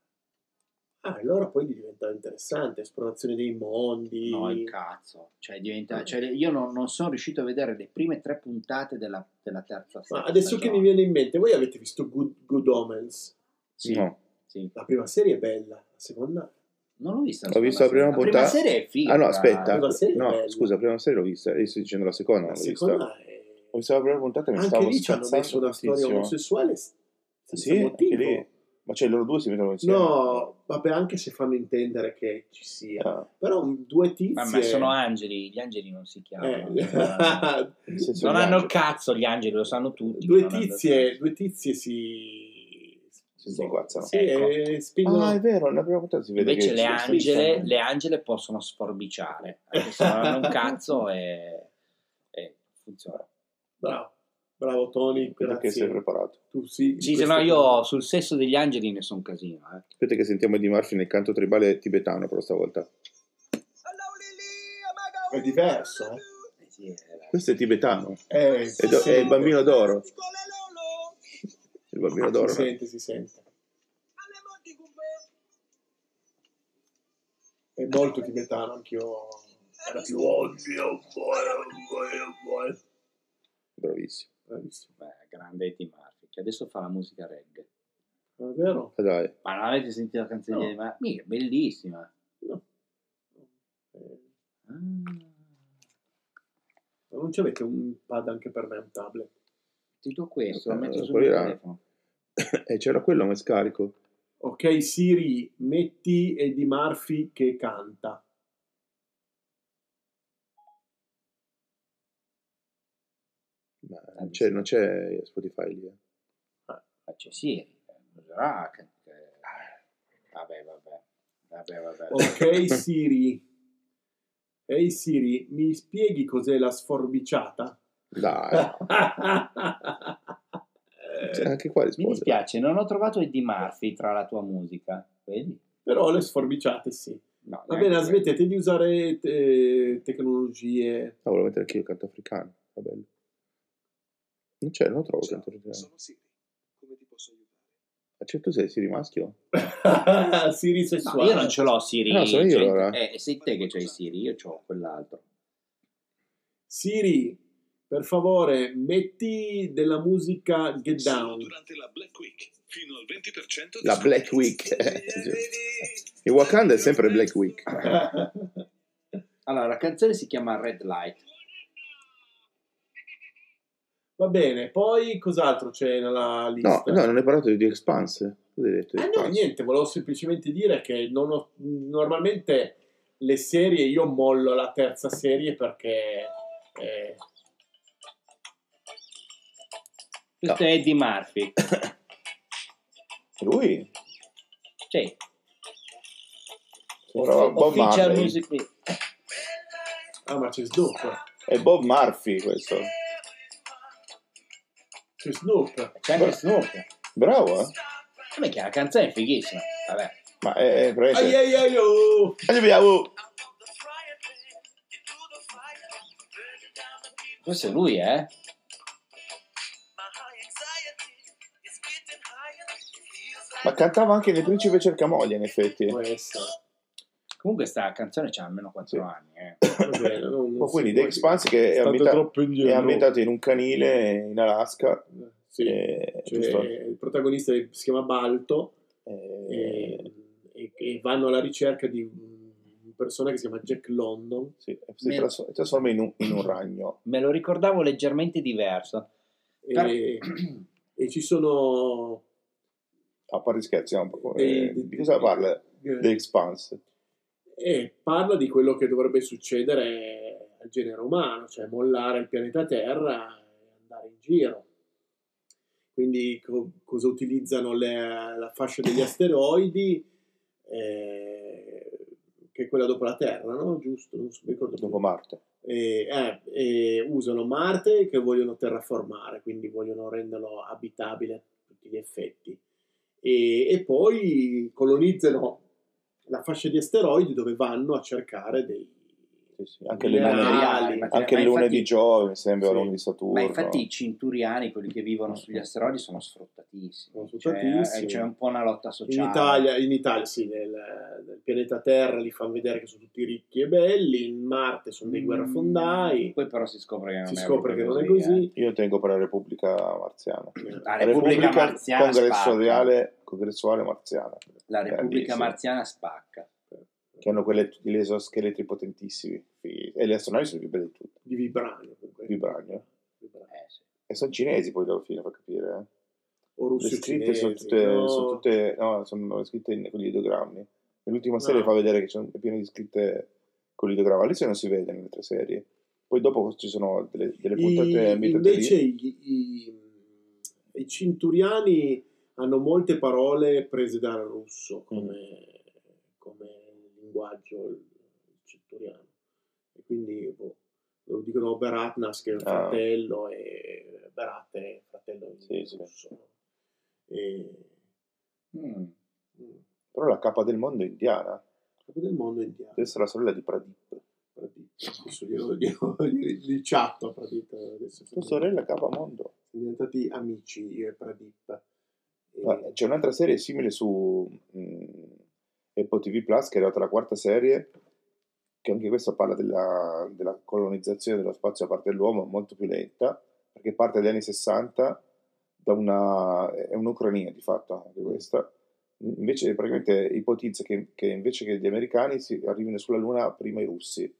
Ah, allora poi diventa interessante, esplorazione dei mondi. No, il cazzo. Cioè, Eh. diventa, cioè, io non, non sono riuscito a vedere le prime tre puntate della, della terza Ma stagione. adesso che mi viene in mente, voi avete visto Good, Good Omens? Sì, No. sì. La prima serie è bella, la seconda... Eh, Non l'ho vista. Ho visto la prima serie. puntata. La prima serie è figa. Ah no, aspetta. La prima serie è No, bella. scusa, prima serie l'ho vista. Io sto dicendo la seconda, la non l'ho vista. seconda è... Ho visto la prima puntata e mi Anche stavo lì ci hanno scazzando messo una storia tantissimo. Ah, omosessuale s- senza Sì, anche motivo. lì. Ma cioè loro due si mettono insieme. No, vabbè, anche se fanno intendere che ci sia. Ah, Però un- due tizie... Ma, ma sono angeli, gli angeli non si chiamano. Eh. nel senso non gli hanno il altri. cazzo gli angeli, lo sanno tutti. due Non hanno- tizie, due tizie si... Si sguazzano. Sì, Ecco. e spingono... Ah, è vero, nella prima puntata si vede Invece che le ci- angele, sì, le angele possono sforbiciare, anche se non hanno un cazzo e, e funziona. Bravo, bravo Tony, Aspetta che Ecco, sei grazie. preparato. Tu sì, Sì, se questo- no io sul sesso degli angeli ne so un casino. eh. Aspetta che sentiamo Di Murphy nel canto tribale tibetano però stavolta. È diverso, eh? Eh sì, eh, Questo è tibetano. Eh, È, si do- è sente, il bambino d'oro. Il bambino d'oro. eh, Si no? sente, si sente. È molto tibetano, anch'io. Era più Oh, odio, oh, Bravissimo. Bravissimo. beh, grande Eddie Murphy, che adesso fa la musica reggae. Ma È vero? Ah, dai. Ma non avete sentito la canzone di No. Eddie Murphy? Mica, bellissima. No. Eh, Ah, Non ci avete un pad anche per me, un tablet? ti do questo, lo Eh, metto sul poi mio là. telefono. E Eh, c'era quello ma è scarico. Ok, Siri, metti Eddie Murphy che canta. Ma non c'è, non c'è Spotify lì. eh. Faccio sì, userà che- che- Ah. Vabbè, vabbè. Ok Siri. Ehi Siri, mi spieghi cos'è la sforbiciata? Dai, cioè, Certo. anche qua Mi risponde. dispiace, non ho trovato Eddie Murphy tra la tua musica. Vedi? Però le sforbiciate sì. No, Va neanche bene, quello. smettete di usare eh, tecnologie. Ah, volevo mettere anche io il canto africano. Va bene. Non c'è, non lo trovo il canto africano. sono Siri. Come ti posso aiutare? Ah, cioè, tu sei Siri maschio? Siri No, sessuale. io non ce l'ho Siri. No, sono io, Cioè, allora. eh, sei te che c'hai Siri, io ho quell'altro. Siri, per favore, metti della musica Get Solo Down. durante la Black Week, fino al 20% di La Black sconto. Week. Eh, Sì. In Wakanda è sempre Black Week. Allora, la canzone si chiama Red Light. Va bene, poi cos'altro c'è nella No, lista? no, non hai parlato di The Expanse. Tu hai detto Ah, Eh, The no, Expanse. niente, volevo semplicemente dire che non ho- normalmente le serie io mollo la terza serie perché... eh, Questo è Eddie Murphy. Lui? Cioè, Sembrava Bob official Marley. music video. ah, ma c'è Snoop. È Bob Murphy questo. C'è Snoop. C'è anche Snoop. Bravo, eh? Vabbè, che la canzone è fighissima. Vabbè. Ma è, è Ai, presente. ai, ai, oh! Andiamo! Questo è lui, eh? Ma cantava anche nel Principe cerca moglie, in effetti. Può essere. Comunque sta canzone c'ha almeno 4 anni, eh. Va bene, non- Ma non quindi si The può Expanse dire. che è, State ambita- troppo indietro. è ambientato in un canile in Alaska. Sì. eh, Cioè, giusto? il protagonista si chiama Balto Eh, e, e- e vanno alla ricerca di una persona che si chiama Jack London. sì, si trasforma, si trasforma in, un, in un ragno. Me lo ricordavo leggermente diverso. E, e ci sono Ah, A parte scherzi, è un po', dei- eh, di cosa parla The Expanse? e parla di quello che dovrebbe succedere al genere umano, cioè mollare il pianeta Terra e andare in giro. Quindi co- cosa utilizzano le- la fascia degli asteroidi, eh, che è quella dopo la Terra, no? Giusto? Non so, mi ricordo più. Dopo Marte. E, eh, e usano Marte che vogliono terraformare, quindi vogliono renderlo abitabile a tutti gli effetti. E, e poi colonizzano la fascia di asteroidi dove vanno a cercare dei Sì, sì, Anche le minerali. lune, anche Ah, Ma le lune infatti- di Giove, mi sembra, Sì. lune di Saturno. Ma infatti i cinturiani, quelli che vivono sugli asteroidi, sono Sono sfruttatissimi. sfruttatissimi. Cioè, c'è un po' una lotta In sociale. Italia, in Italia sì, nel, nel pianeta Terra li fanno vedere che sono tutti ricchi e belli, in Marte sono Mm, dei guerrafondai, Poi però si scopre che non, si è, scopre che proprio non è così. Io tengo per la Repubblica Marziana. eh. La Repubblica, Marziana spacca. congressuale, congressuale marziana. La Repubblica Grandissimo. Marziana spacca. Che hanno quelle, gli esoscheletri potentissimi. fighi. E le astronavi sono più belle di tutte. di Vibranio comunque. Vibranio. Vibranio. Eh, sì. E sono cinesi poi alla fine, fa capire. eh. O Le russi o scritte sono cinesi, tutte, no? sono tutte- no, sono scritte in- con gli ideogrammi. Nell'ultima serie No. fa vedere che sono piene di scritte con gli ideogrammi. Lì se non si vede nelle altre serie. Poi dopo ci sono delle, delle puntate I- ambientate lì. invece i, i- i cinturiani hanno molte parole prese dal Mm. russo come, come linguaggio il cinturiano e quindi boh, lo dicono Beratnas che è il Ah. fratello e Berat è il fratello in Sì, sì. russo e Mm. mm, Però la capa del mondo è indiana. capo del mondo è indiano Questa è la sorella di Pradip. Pradip. adesso glielo glielo- gli chatto a Pradip adesso Tua sorella capa mondo. siamo diventati amici io e Pradip. E- Ma Eh, C'è un'altra serie simile su mh, Apple TV Plus che è arrivata la quarta serie, che anche questa parla della, della colonizzazione dello spazio da parte dell'uomo, molto più lenta, perché parte dagli anni 60 da una... è un'ucrania di fatto anche questa. Invece praticamente ipotizza che, che invece che gli americani si arrivino sulla Luna prima i russi,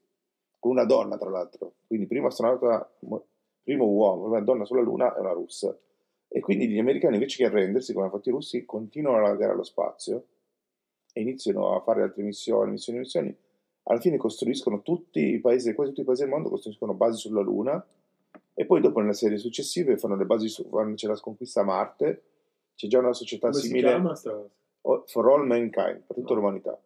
con una donna tra l'altro, quindi primo astronauta, mo- primo uomo, una donna sulla Luna è una russa. E quindi gli americani invece che arrendersi, come hanno fatto i russi, continuano la guerra allo spazio e iniziano a fare altre missioni, missioni, missioni. Alla fine costruiscono tutti i paesi, quasi tutti i paesi del mondo costruiscono basi sulla Luna e poi dopo nelle serie successive fanno le basi su, fanno- c'è la sconquista a Marte, c'è già una società come si simile chiama sta o- For All Mankind, per tutta l'umanità.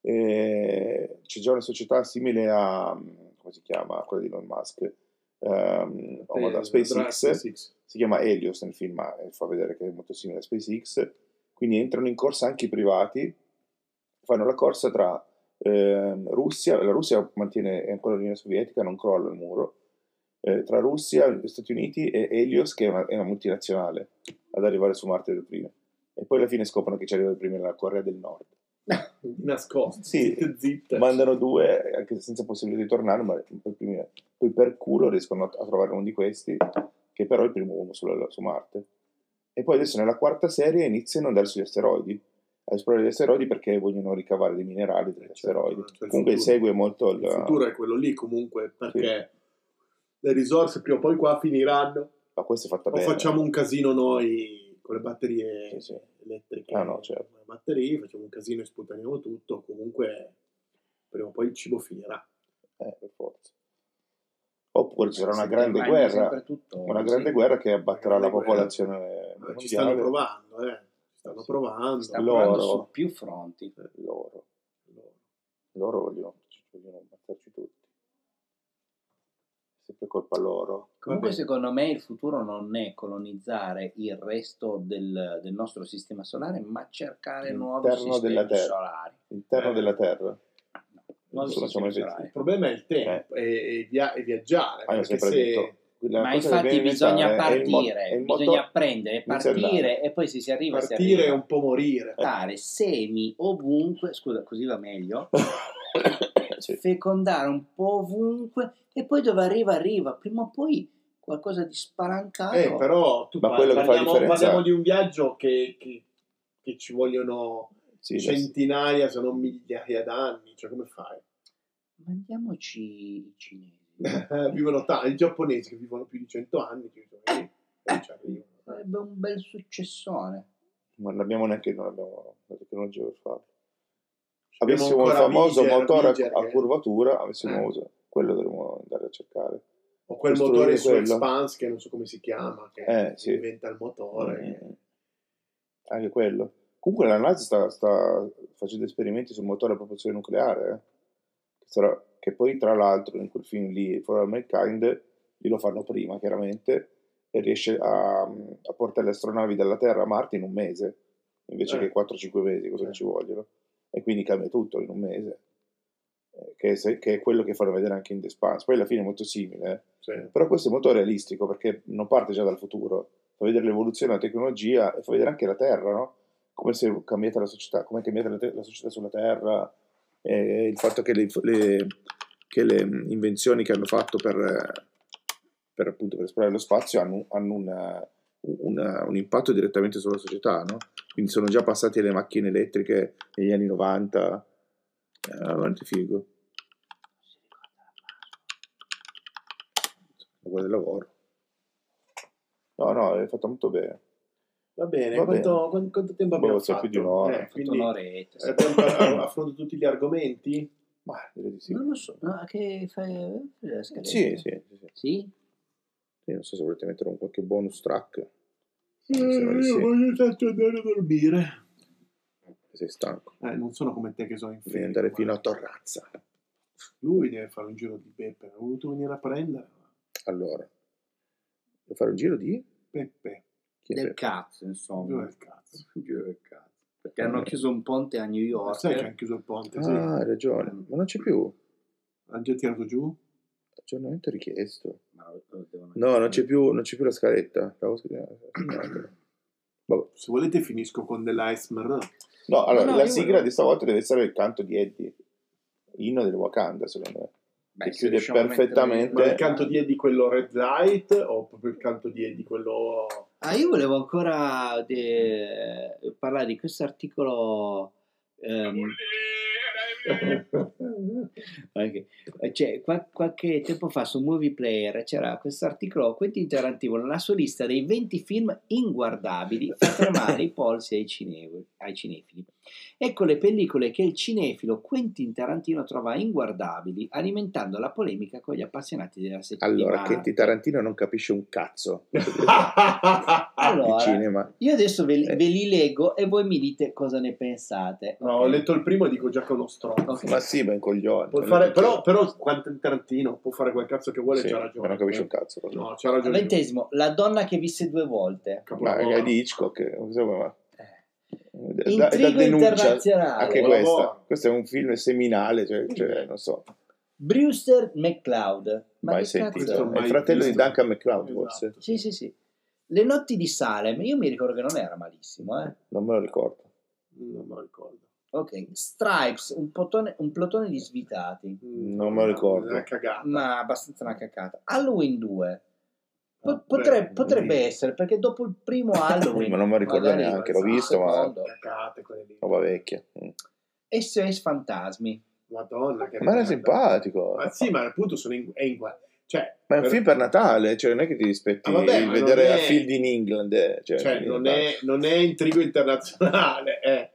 eh, c'è già una società simile a, come si chiama, quella di Elon Musk, ehm, oh, madonna, Eh, SpaceX, SpaceX. si chiama Helios nel film, ma eh, fa vedere che è molto simile a SpaceX, quindi entrano in corsa anche i privati, fanno la corsa tra ehm, Russia, la Russia mantiene è ancora l'Unione Sovietica, non crolla il muro, eh, tra Russia, Stati Uniti e Helios, che è una, è una multinazionale, ad arrivare su Marte per prima. E poi alla fine scoprono che ci arriva prima la Corea del Nord. Di nascosto. Sì, Zitte, zitte. Mandano due, anche senza possibilità di tornare, ma per primi- poi per culo riescono a trovare uno di questi, che però è il primo uomo sulla- su Marte. E poi adesso nella quarta serie iniziano ad andare sugli asteroidi, a esplorare gli asteroidi perché vogliono ricavare dei minerali dagli Eh, certo, asteroidi. cioè il Comunque futuro. segue molto Il ah. futuro è quello lì comunque, perché le risorse prima o poi qua finiranno. Ma questo è fatto O bene. facciamo un casino noi con le batterie Sì, sì. elettriche, Ah, no, certo. le batterie, facciamo un casino e sputaniamo tutto, comunque prima o poi il cibo finirà. Eh, per forza. Oppure ci sarà una Se grande ti mangi guerra, sempre tutto, una sì. grande guerra che abbatterà Una la grande popolazione Ma mondiale. ci stanno provando, eh. Ci stanno Sì. provando. Sta Loro. provando su più fronti. Loro. loro vogliono, vogliono ammazzarci tutti. Sempre colpa loro. Comunque, bene. secondo me, il futuro non è colonizzare il resto del, del nostro sistema solare, ma cercare nuovi L'interno sistemi della Terra. solari. L'interno Eh. della Terra. No, nuovi Nessuno ci ha sistemi mai pensato. solari. Il problema è il tempo e, e via- e viaggiare. Eh. Ah, io ho perché sempre se- detto. la Ma cosa che infatti viene da bisogna inventare è il mo- partire, è il moto- bisogna prendere, iniziale. partire e poi se si arriva si partire è arriva. un po' morire. Dare semi ovunque, scusa, così va meglio. Sì. fecondare un po' ovunque e poi dove arriva arriva, prima o poi qualcosa di spalancato. Eh, però tu Ma par- quello che fa la parliamo, differenza- parliamo di un viaggio che- che- che ci vogliono Sì, la- centinaia, se non migliaia d'anni, cioè come fai? Mandiamoci i cinesi. Eh, vivono tanto, i giapponesi che vivono più di 100 anni, che vivono lì, e eh, ci arrivano. Sarebbe un bel successore. ma non abbiamo neanche non abbiamo la tecnologia per farlo. Abbiamo Avessimo il ancora famoso Viger, motore a- Viger, a, che- curvatura, avessimo Eh. usato- quello dovremmo andare a cercare. O quel costruire motore su quello. Expanse che non so come si chiama, che Eh, sì. inventa il motore. Mm. Anche quello. Comunque la NASA sta, sta facendo esperimenti sul motore a propulsione nucleare, eh. che, sarà- che poi tra l'altro in quel film lì, For All Mankind, glielo fanno prima chiaramente, e riesce a, a portare le astronavi dalla Terra a Marte in un mese, invece Eh. che 4-5 mesi, cosa Eh. che ci vogliono. E quindi cambia tutto in un mese, Eh, che, se- che è quello che fanno vedere anche in The Spans. Poi alla fine è molto simile, eh. Cioè, Però questo è molto realistico perché non parte già dal futuro, fa vedere l'evoluzione della tecnologia e fa vedere anche la Terra, no? Come si è cambiata la società, come è cambiata la, te- la società sulla Terra, e il fatto che le, inf- le- che le, mh, invenzioni che hanno fatto per, eh, per, appunto, per esplorare lo spazio hanno, hanno una- una- un impatto direttamente sulla società, no? Quindi sono già passati alle macchine elettriche negli anni 90, è veramente figo, quello del lavoro. No, no, è fatto molto bene. Va bene, Va quanto, quan- quanto tempo Boh, abbiamo c'è fatto? più di un'ora, Eh, ho fatto Tutto quindi eh, un'oretta. sì. abbiamo par- affrontato tutti gli argomenti? Ma direi di Mm. sì. Non lo so, no, che fai fai la scaletta? Sì, sì, sì, sì. Sì? Io non so se volete mettere un qualche bonus track. Eh, sì. voglio tanto andare a dormire. Sei stanco. Eh, non sono come te che sono in Devi ferie. andare fino a guarda. Torrazza. Lui deve fare un giro di Peppe, ha voluto venire a prendere. Allora, devo fare un giro di... Peppe, Chi è Del per- cazzo, giù insomma. del cazzo. Giù del cazzo. Perché Eh. hanno chiuso un ponte a New Ma Sai che York. hanno chiuso Mm. il ponte, sì. Ah, hai ragione. Ma non c'è più. Cioè, Hanno già tirato giù? Aggiornamento richiesto. Ma lo- lo devono- No, non c'è più, non c'è più la scaletta. L'avevo scritta. Vabbè. Se volete finisco con dell'Icemer. No, allora, No, no, la io sigla volevo- di stavolta deve essere il canto di Eddie. Inno del Wakanda, secondo me. Beh, che se chiude riusciamo a mettere- perfettamente- Ma il canto di Eddie quello Red Light o proprio il canto di Eddie quello... Ah, io volevo ancora de- parlare di questo articolo. ehm, anche- cioè, qua- qualche tempo fa su Movie Player c'era questo articolo Quentin Tarantino, la sua lista dei 20 film inguardabili per fermare i polsi ai, cinevi- ai cinefili. Ecco le pellicole che il cinefilo Quentin Tarantino trova inguardabili, alimentando la polemica con gli appassionati della settimana. Allora, Kenty Tarantino non capisce un cazzo Allora, di cinema. Io adesso ve, Eh. ve li leggo e voi mi dite cosa ne pensate. No, ho letto il primo e dico già che è uno stronzo. Ok. Ma sì, ma è un coglione. Può Non fare- è però, perché- però Quentin Tarantino può fare quel cazzo che vuole, sì, c'ha ma ragione. non eh. capisce un cazzo. No, c'ha ragione. Ventesimo, la donna che visse due volte. Ma Capolavoro. è di Hitchcock, eh, insomma, ma- da- da- da Eh. Intrigo denuncia internazionale. anche Buon questa. lavoro. Questo è un film seminale, cioè, cioè, non so, Brewster McLeod. Ma mai che sentito. cazzo Questo è? È mai il fratello visto. di Duncan McLeod, Esatto. forse, Sì, sì, sì. Le notti di Salem, io mi ricordo che non era malissimo, eh. non me lo ricordo. Non me lo ricordo. Ok, Stripes, un plotone, un plotone di svitati, Non me lo ricordo. Mm, È una cagata. ma abbastanza una caccata. Halloween 2. Po- Ah, potre- beh, potrebbe sì. essere, perché dopo il primo Halloween... Ma non me lo ricordo magari- neanche, l'ho visto, ma- secondo. Cacate quelle lì. Roba vecchia. Mm. SOS Fantasmi. Madonna, che Ma era merda. simpatico. Ma sì, ma appunto sono in, è in guerra. Cioè, Ma è un per- film per Natale, cioè non è che ti rispetti Ah, vabbè, il ma vedere non a è- Field in England. eh, Cioè, cioè, quindi non, va- è, non è intrigo internazionale. Eh.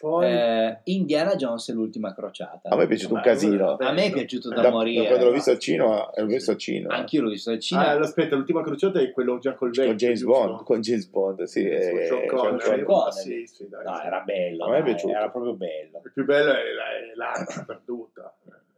Poi, Eh, Indiana Jones e l'ultima crociata. A me è piaciuto un Vabbè, casino. vabbè. A me è piaciuto da, Da, da morire. eh. quando l'ho visto al cinema, l'ho visto al cinema. Anch'io l'ho visto al cinema. ah, aspetta, l'ultima crociata è quello già col vecchio. con James giusto? Bond, con James Bond, sì, Con eh, Sean Sean Connery. Connery. Connery. Sì, sì, dai, No, sì. era bello. A me è dai, piaciuto. Era proprio bello. Il più bello è, la- è l'arma perduta. eh.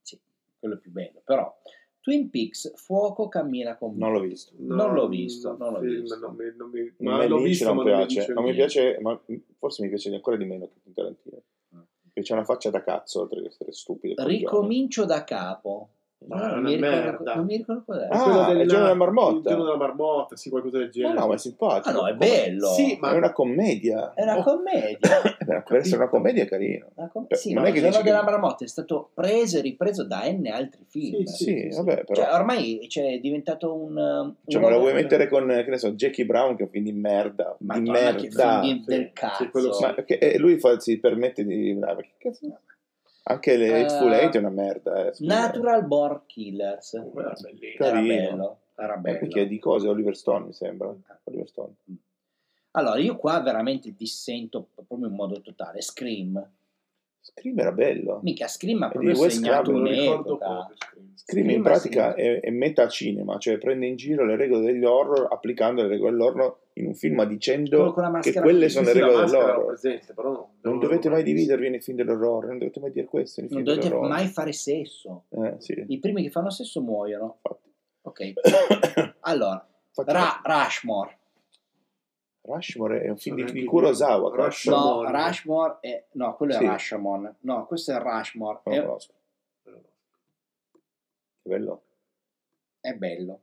Sì, quello è più bello. Però, Twin Peaks, fuoco cammina con me. Non l'ho visto. Non l'ho visto, non l'ho film, visto. non mi, non mi- Ma ma l'ho visto, non ma non mi piace. dice Non mi niente. piace, ma forse mi piace ancora di meno che Quentin Tarantino. Ah. Che c'è una faccia da cazzo, oltre che essere stupido. coglione. Ricomincio da capo. Ma non, è mi una ricordo, merda. non mi ricordo qual è. Ah, Quello è il giorno della marmotta. Il giorno della marmotta, sì, qualcosa del Ma genere. no, ma è simpatico. Ah, no, è Come- bello. Sì, ma- È una commedia. È una Oh. commedia. Eh, Per essere una commedia è carino. Una com- Beh, sì, Cioè, non ma è il che giorno dici che- della marmotta è stato preso e ripreso da N altri film. Sì, Sì, sì, sì. vabbè, però. Cioè, ormai cioè, è diventato un... um, Cioè, un- ma lo vuoi mettere con, eh, che ne so, Jackie Brown che è un film di merda, di Madonna, che merda. film di- Sì, del sì, cazzo. quello sì. Ma perché eh, lui fa- si permette di... ah, ma che cazzo? Anche le Eh, Hateful Eight è una merda. eh, scusa. Natural Born Killers. Era bellissimo. Era Carino. bello. Era Ma bello. perché è di cose Oliver Stone, mi sembra. Oliver Stone. Allora, io qua veramente dissento proprio in modo totale. Scream. Scream era bello. Mica Scream ha È proprio di Wes segnato Craven, Non ricordo un'epoca. proprio. Scream Scream in pratica sì. è, è metacinema, cioè prende in giro le regole degli horror applicando le regole dell'horror in un film ma Quello dicendo con la che maschera. quelle Sì, sono sì, le la regole maschera era dell'horror. presente, però non, Non dovete mai dividervi nei film dell'orrore, non dovete mai dire questo nei Non film dovete dell'orrore. mai fare sesso. Eh, sì, I primi che fanno sesso muoiono. infatti. Ok. Allora, Infatti, Ra- Rushmore. Rushmore è un film di, Non è di di- Kurosawa. Rushmore. cazzo. No, Shamon. Rushmore è... No, quello è Sì. Oh, Rashomon. No, questo è Rushmore. Non lo È, conosco. Che bello. è bello.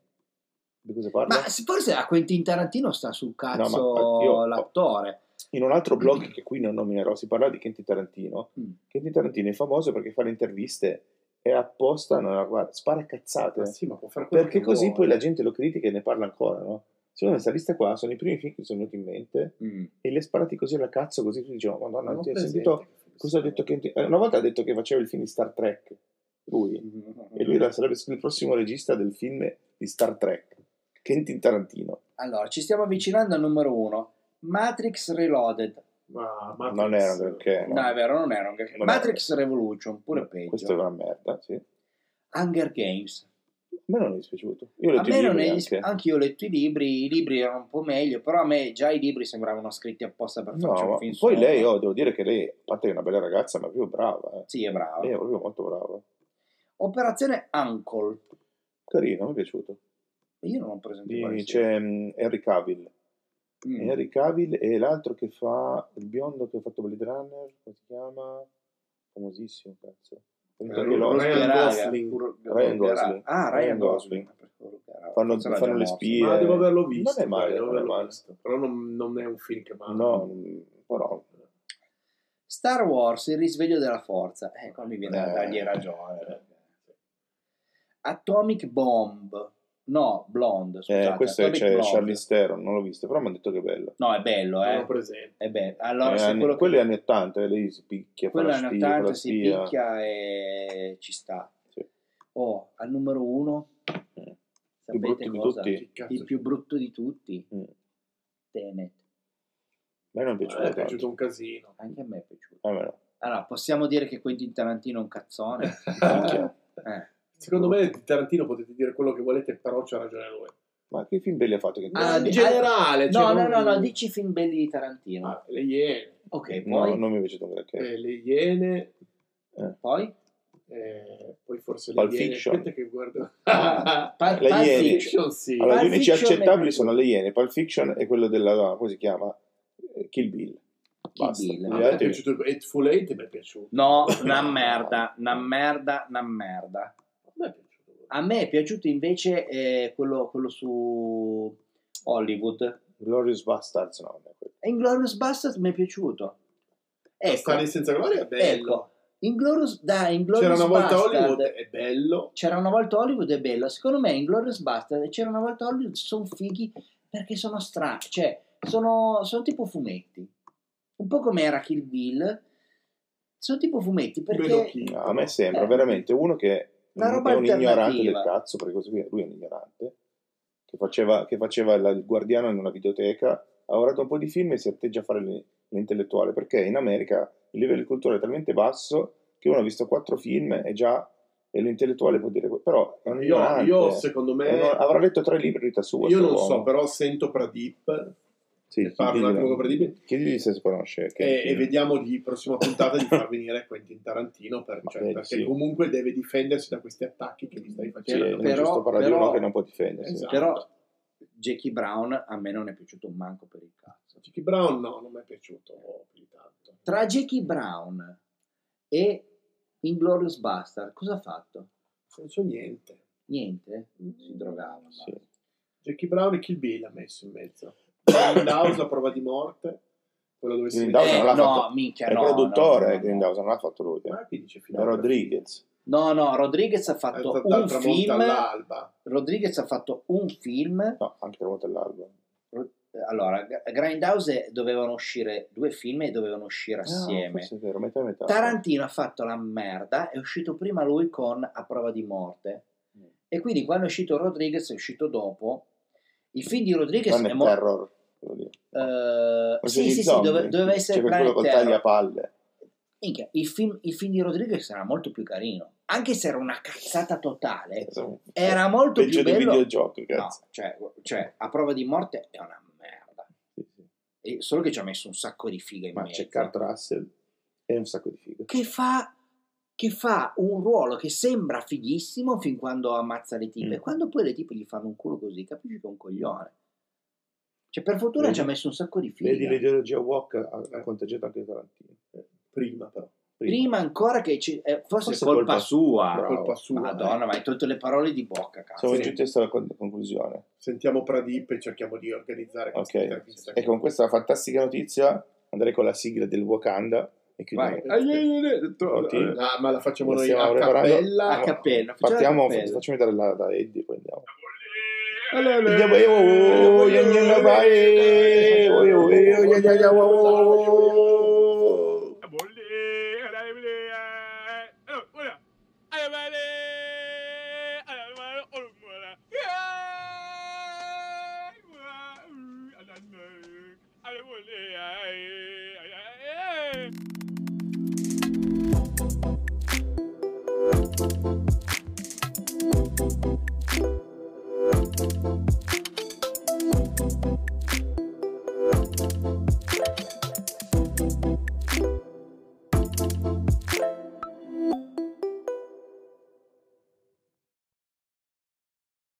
Di cosa parla? Ma forse a Quentin Tarantino sta sul cazzo No, ma io- l'attore. In un altro blog che qui non nominerò si parla di Kenty Tarantino. Mm. Kenty Tarantino è famoso perché fa le interviste e apposta non la guarda, spara cazzate. Ma Ah, sì, ma può fare quello Perché che così vuole. poi la gente lo critica e ne parla ancora, no? Secondo me questa lista qua sono i primi film che mi sono venuti in mente Mm. e le sparati così alla cazzo, così tu dici, oh, madonna, Non ti hai presente. sentito cosa ha detto Kenty? Eh, Una volta ha detto che faceva il film di Star Trek, lui, Mm-hmm. e lui era- sarebbe il prossimo regista del film di Star Trek, Kenty Tarantino. Allora, ci stiamo avvicinando al numero uno. Matrix Reloaded. Ma, ma Non era perché... No, è vero, non era un gag. Non Matrix Revolution, pure No, peggio. Questo è una merda, sì. A Hunger Games. me non è dispiaciuto. Io ho A letto i me non libri è ah, anche. anche io ho letto i libri, i libri erano un po' meglio, però a me già i libri sembravano scritti apposta per No, farci ma un film poi solo. lei, oh, devo dire che lei, a parte che è una bella ragazza, ma è proprio brava. eh. Sì, è brava. Lei è proprio molto brava. Operazione Uncle. Carino, mi è piaciuto. Io non ho presente Di- quale sia. c'è mm, Henry Cavill. Mm. Henry Cavill e l'altro che fa, il biondo che ha fatto Blade Runner, come si chiama? Famosissimo, cazzo. Ha Eh, vinto anche Ru- l'Oscar. Eh, Che Ryan raga. Gosling. Ur- Ryan Gosling. Ah, Ryan Ryan Gosling. Gosling. Forse Fanno, l'abbiamo fanno le mosso. spie. Ma devo averlo visto. eh, Non è male, dai, non devo è averlo male. visto. Però non, non è un film che manca. No, mm, però Star Wars, il risveglio della forza. Eh, qua mi viene da Eh. dargli ragione. Atomic Bomb. No, Blonde, scusate. Eh, questo Atomic c'è Blonde. Charlize Theron, non l'ho visto, però mi hanno detto che è bello. No, è bello, non eh. ho presente. È bello. Allora, Eh, se anni- quello, quello è anni 80, eh, lei si picchia, fa quello la è spia, fa la 80, si spia. picchia e ci sta. Sì. Oh, al numero uno, Eh. Più brutto sapete di cosa? tutti. Che cazzo Il più brutto di tutti, Mm. Tenet. me non è Eh, piaciuto è tanto. piaciuto un casino. Anche a me è piaciuto. A me no. Allora, possiamo dire che Quentin Tarantino è un cazzone? Minchia. Eh. Secondo me di Tarantino potete dire quello che volete, però c'ha ragione lui. Ma che film belli ha fatto? Che Ah, Ma in di- generale, No, cioè, no, non- no, no, dici film belli di Tarantino. Ah, le Iene, Ok, no, poi, non mi è piaciuto un granché. eh, le Iene, poi? eh, poi forse le Pulp Iene. Fiction. Aspetta che guardo. Ah, pa- Le Pulp Iene. Fiction. Fiction, sì. Allora, gli Pulp unici Fiction accettabili è- sono le Iene, Pulp Fiction e quello della... come si chiama? Eh, Kill Bill. Kill Basta. Bill. Gli A Ah, me è altri- piaciuto Eightful Eight, mi è piaciuto. No, una merda, una merda, una merda. A me è piaciuto. A me è piaciuto invece eh, quello, quello su Hollywood. Glorious Bastards, no. non è quello. Inglourious Basterds mi è piaciuto. Ecco, Stare senza gloria è bello. ecco. Inglourious, da Inglourious C'era una volta Basterds- Hollywood, è bello. C'era una volta Hollywood è bello. Secondo me Inglourious Basterds e C'era una volta Hollywood sono fighi perché sono strani. Cioè, sono, sono tipo fumetti. Un po' come era Kill Bill. Sono tipo fumetti Meno perché... chi. No, a me sembra Eh. veramente uno che Una roba è un ignorante alternativa. del cazzo, perché così via, lui è un ignorante, che faceva, che faceva la- il guardiano in una videoteca, ha guardato un po' di film e si atteggia a fare l'in- l'intellettuale, perché in America il livello di cultura è talmente basso che uno ha visto quattro film e già e l'intellettuale può dire que- però è un Io, ignorante. io, secondo me, E non- avrà letto tre libri di vita sua. io sto non so, uomo. però sento Pradip Sì, ne parlo un chiedigli- attimo con Pradip Chiedigli se si conosce. che- che- e, e vediamo di prossima puntata di far venire Quentin Tarantino per- Ma cioè, vedi, perché sì. comunque deve difendersi da questi attacchi che gli stai Sì, Però- non facendo. è giusto parlare di però- uno che non può difendersi. Esatto. Però Jackie Brown a me non è piaciuto un manco per il cazzo. Jackie Brown no, non mi è piaciuto più di tanto. Tra Jackie Brown e Inglorious Bastard cosa ha fatto? Non so niente. Niente? Si drogava. Sì. Jackie Brown e Kill Bill ha messo in mezzo. Grindhouse, la prova di morte, quello dove si vede- Grindhouse Eh, non l'ha no, fatto- minchia, è il no, produttore no, no, no. Grindhouse, non l'ha fatto lui. eh. Ma chi dice Eh, È finora? Rodriguez. No, no, Rodriguez ha Dal- fatto dal un tramonto film. all'alba. Rodriguez ha fatto un film. No, anche la volta dell'album. Allora, G- Grindhouse dovevano uscire due film e dovevano uscire assieme. Ah, forse è vero, metà e metà. Tarantino ha fatto la merda, è uscito prima lui con A prova di morte. Mm. E quindi quando è uscito Rodriguez, è uscito dopo. Il film di Rodriguez Non è è mo- terror. devo dire. eh, Forse sì, gli sì, sì, zombie. dove- doveva essere C'è quello Planet col Terror. tagliapalle. Minchia, il, film, il film di Rodriguez era molto più carino. Anche se era una cazzata totale, Ecco. era molto Eh, Peggio più di bello. videogioco, cazzo. No, cioè, cioè, a prova di morte è una merda. E solo che ci ha messo un sacco di figa in Ma mezzo. c'è Kurt Russell e un sacco di figa. che fa, che fa un ruolo che sembra fighissimo fin quando ammazza le tipe. Mm. Quando poi le tipe gli fanno un culo così, capisci che è un coglione. Cioè, per fortuna Vedi- ci ha messo un sacco di figa. Vedi l'ideologia walk ha, ha contagiato anche Tarantino. Prima però. Prima ancora che ci- eh, forse, Forse è colpa, colpa- sua. bravo. Colpa sua. Madonna, eh. ma hai tolto le parole di bocca, cazzo. Siamo Sì. giunti a questa con- conclusione. Sentiamo Pradip e cerchiamo di organizzare questa Ok. intervista. E Ecco, con questa fantastica notizia andrei con la sigla del Wakanda e chiudiamo. Vai. Ah, eh, eh, eh, to- Tutti? ah, ma la facciamo La noi stiamo a preparando? cappella. A cappella, facciamo Partiamo, la cappella. facciami dare la da Eddie, poi andiamo. Allora, Andiamo, eh, oh, oh, gli andiamo, vai, eh, oh, oh, eh, oh, gli andiamo, oh. Yeah.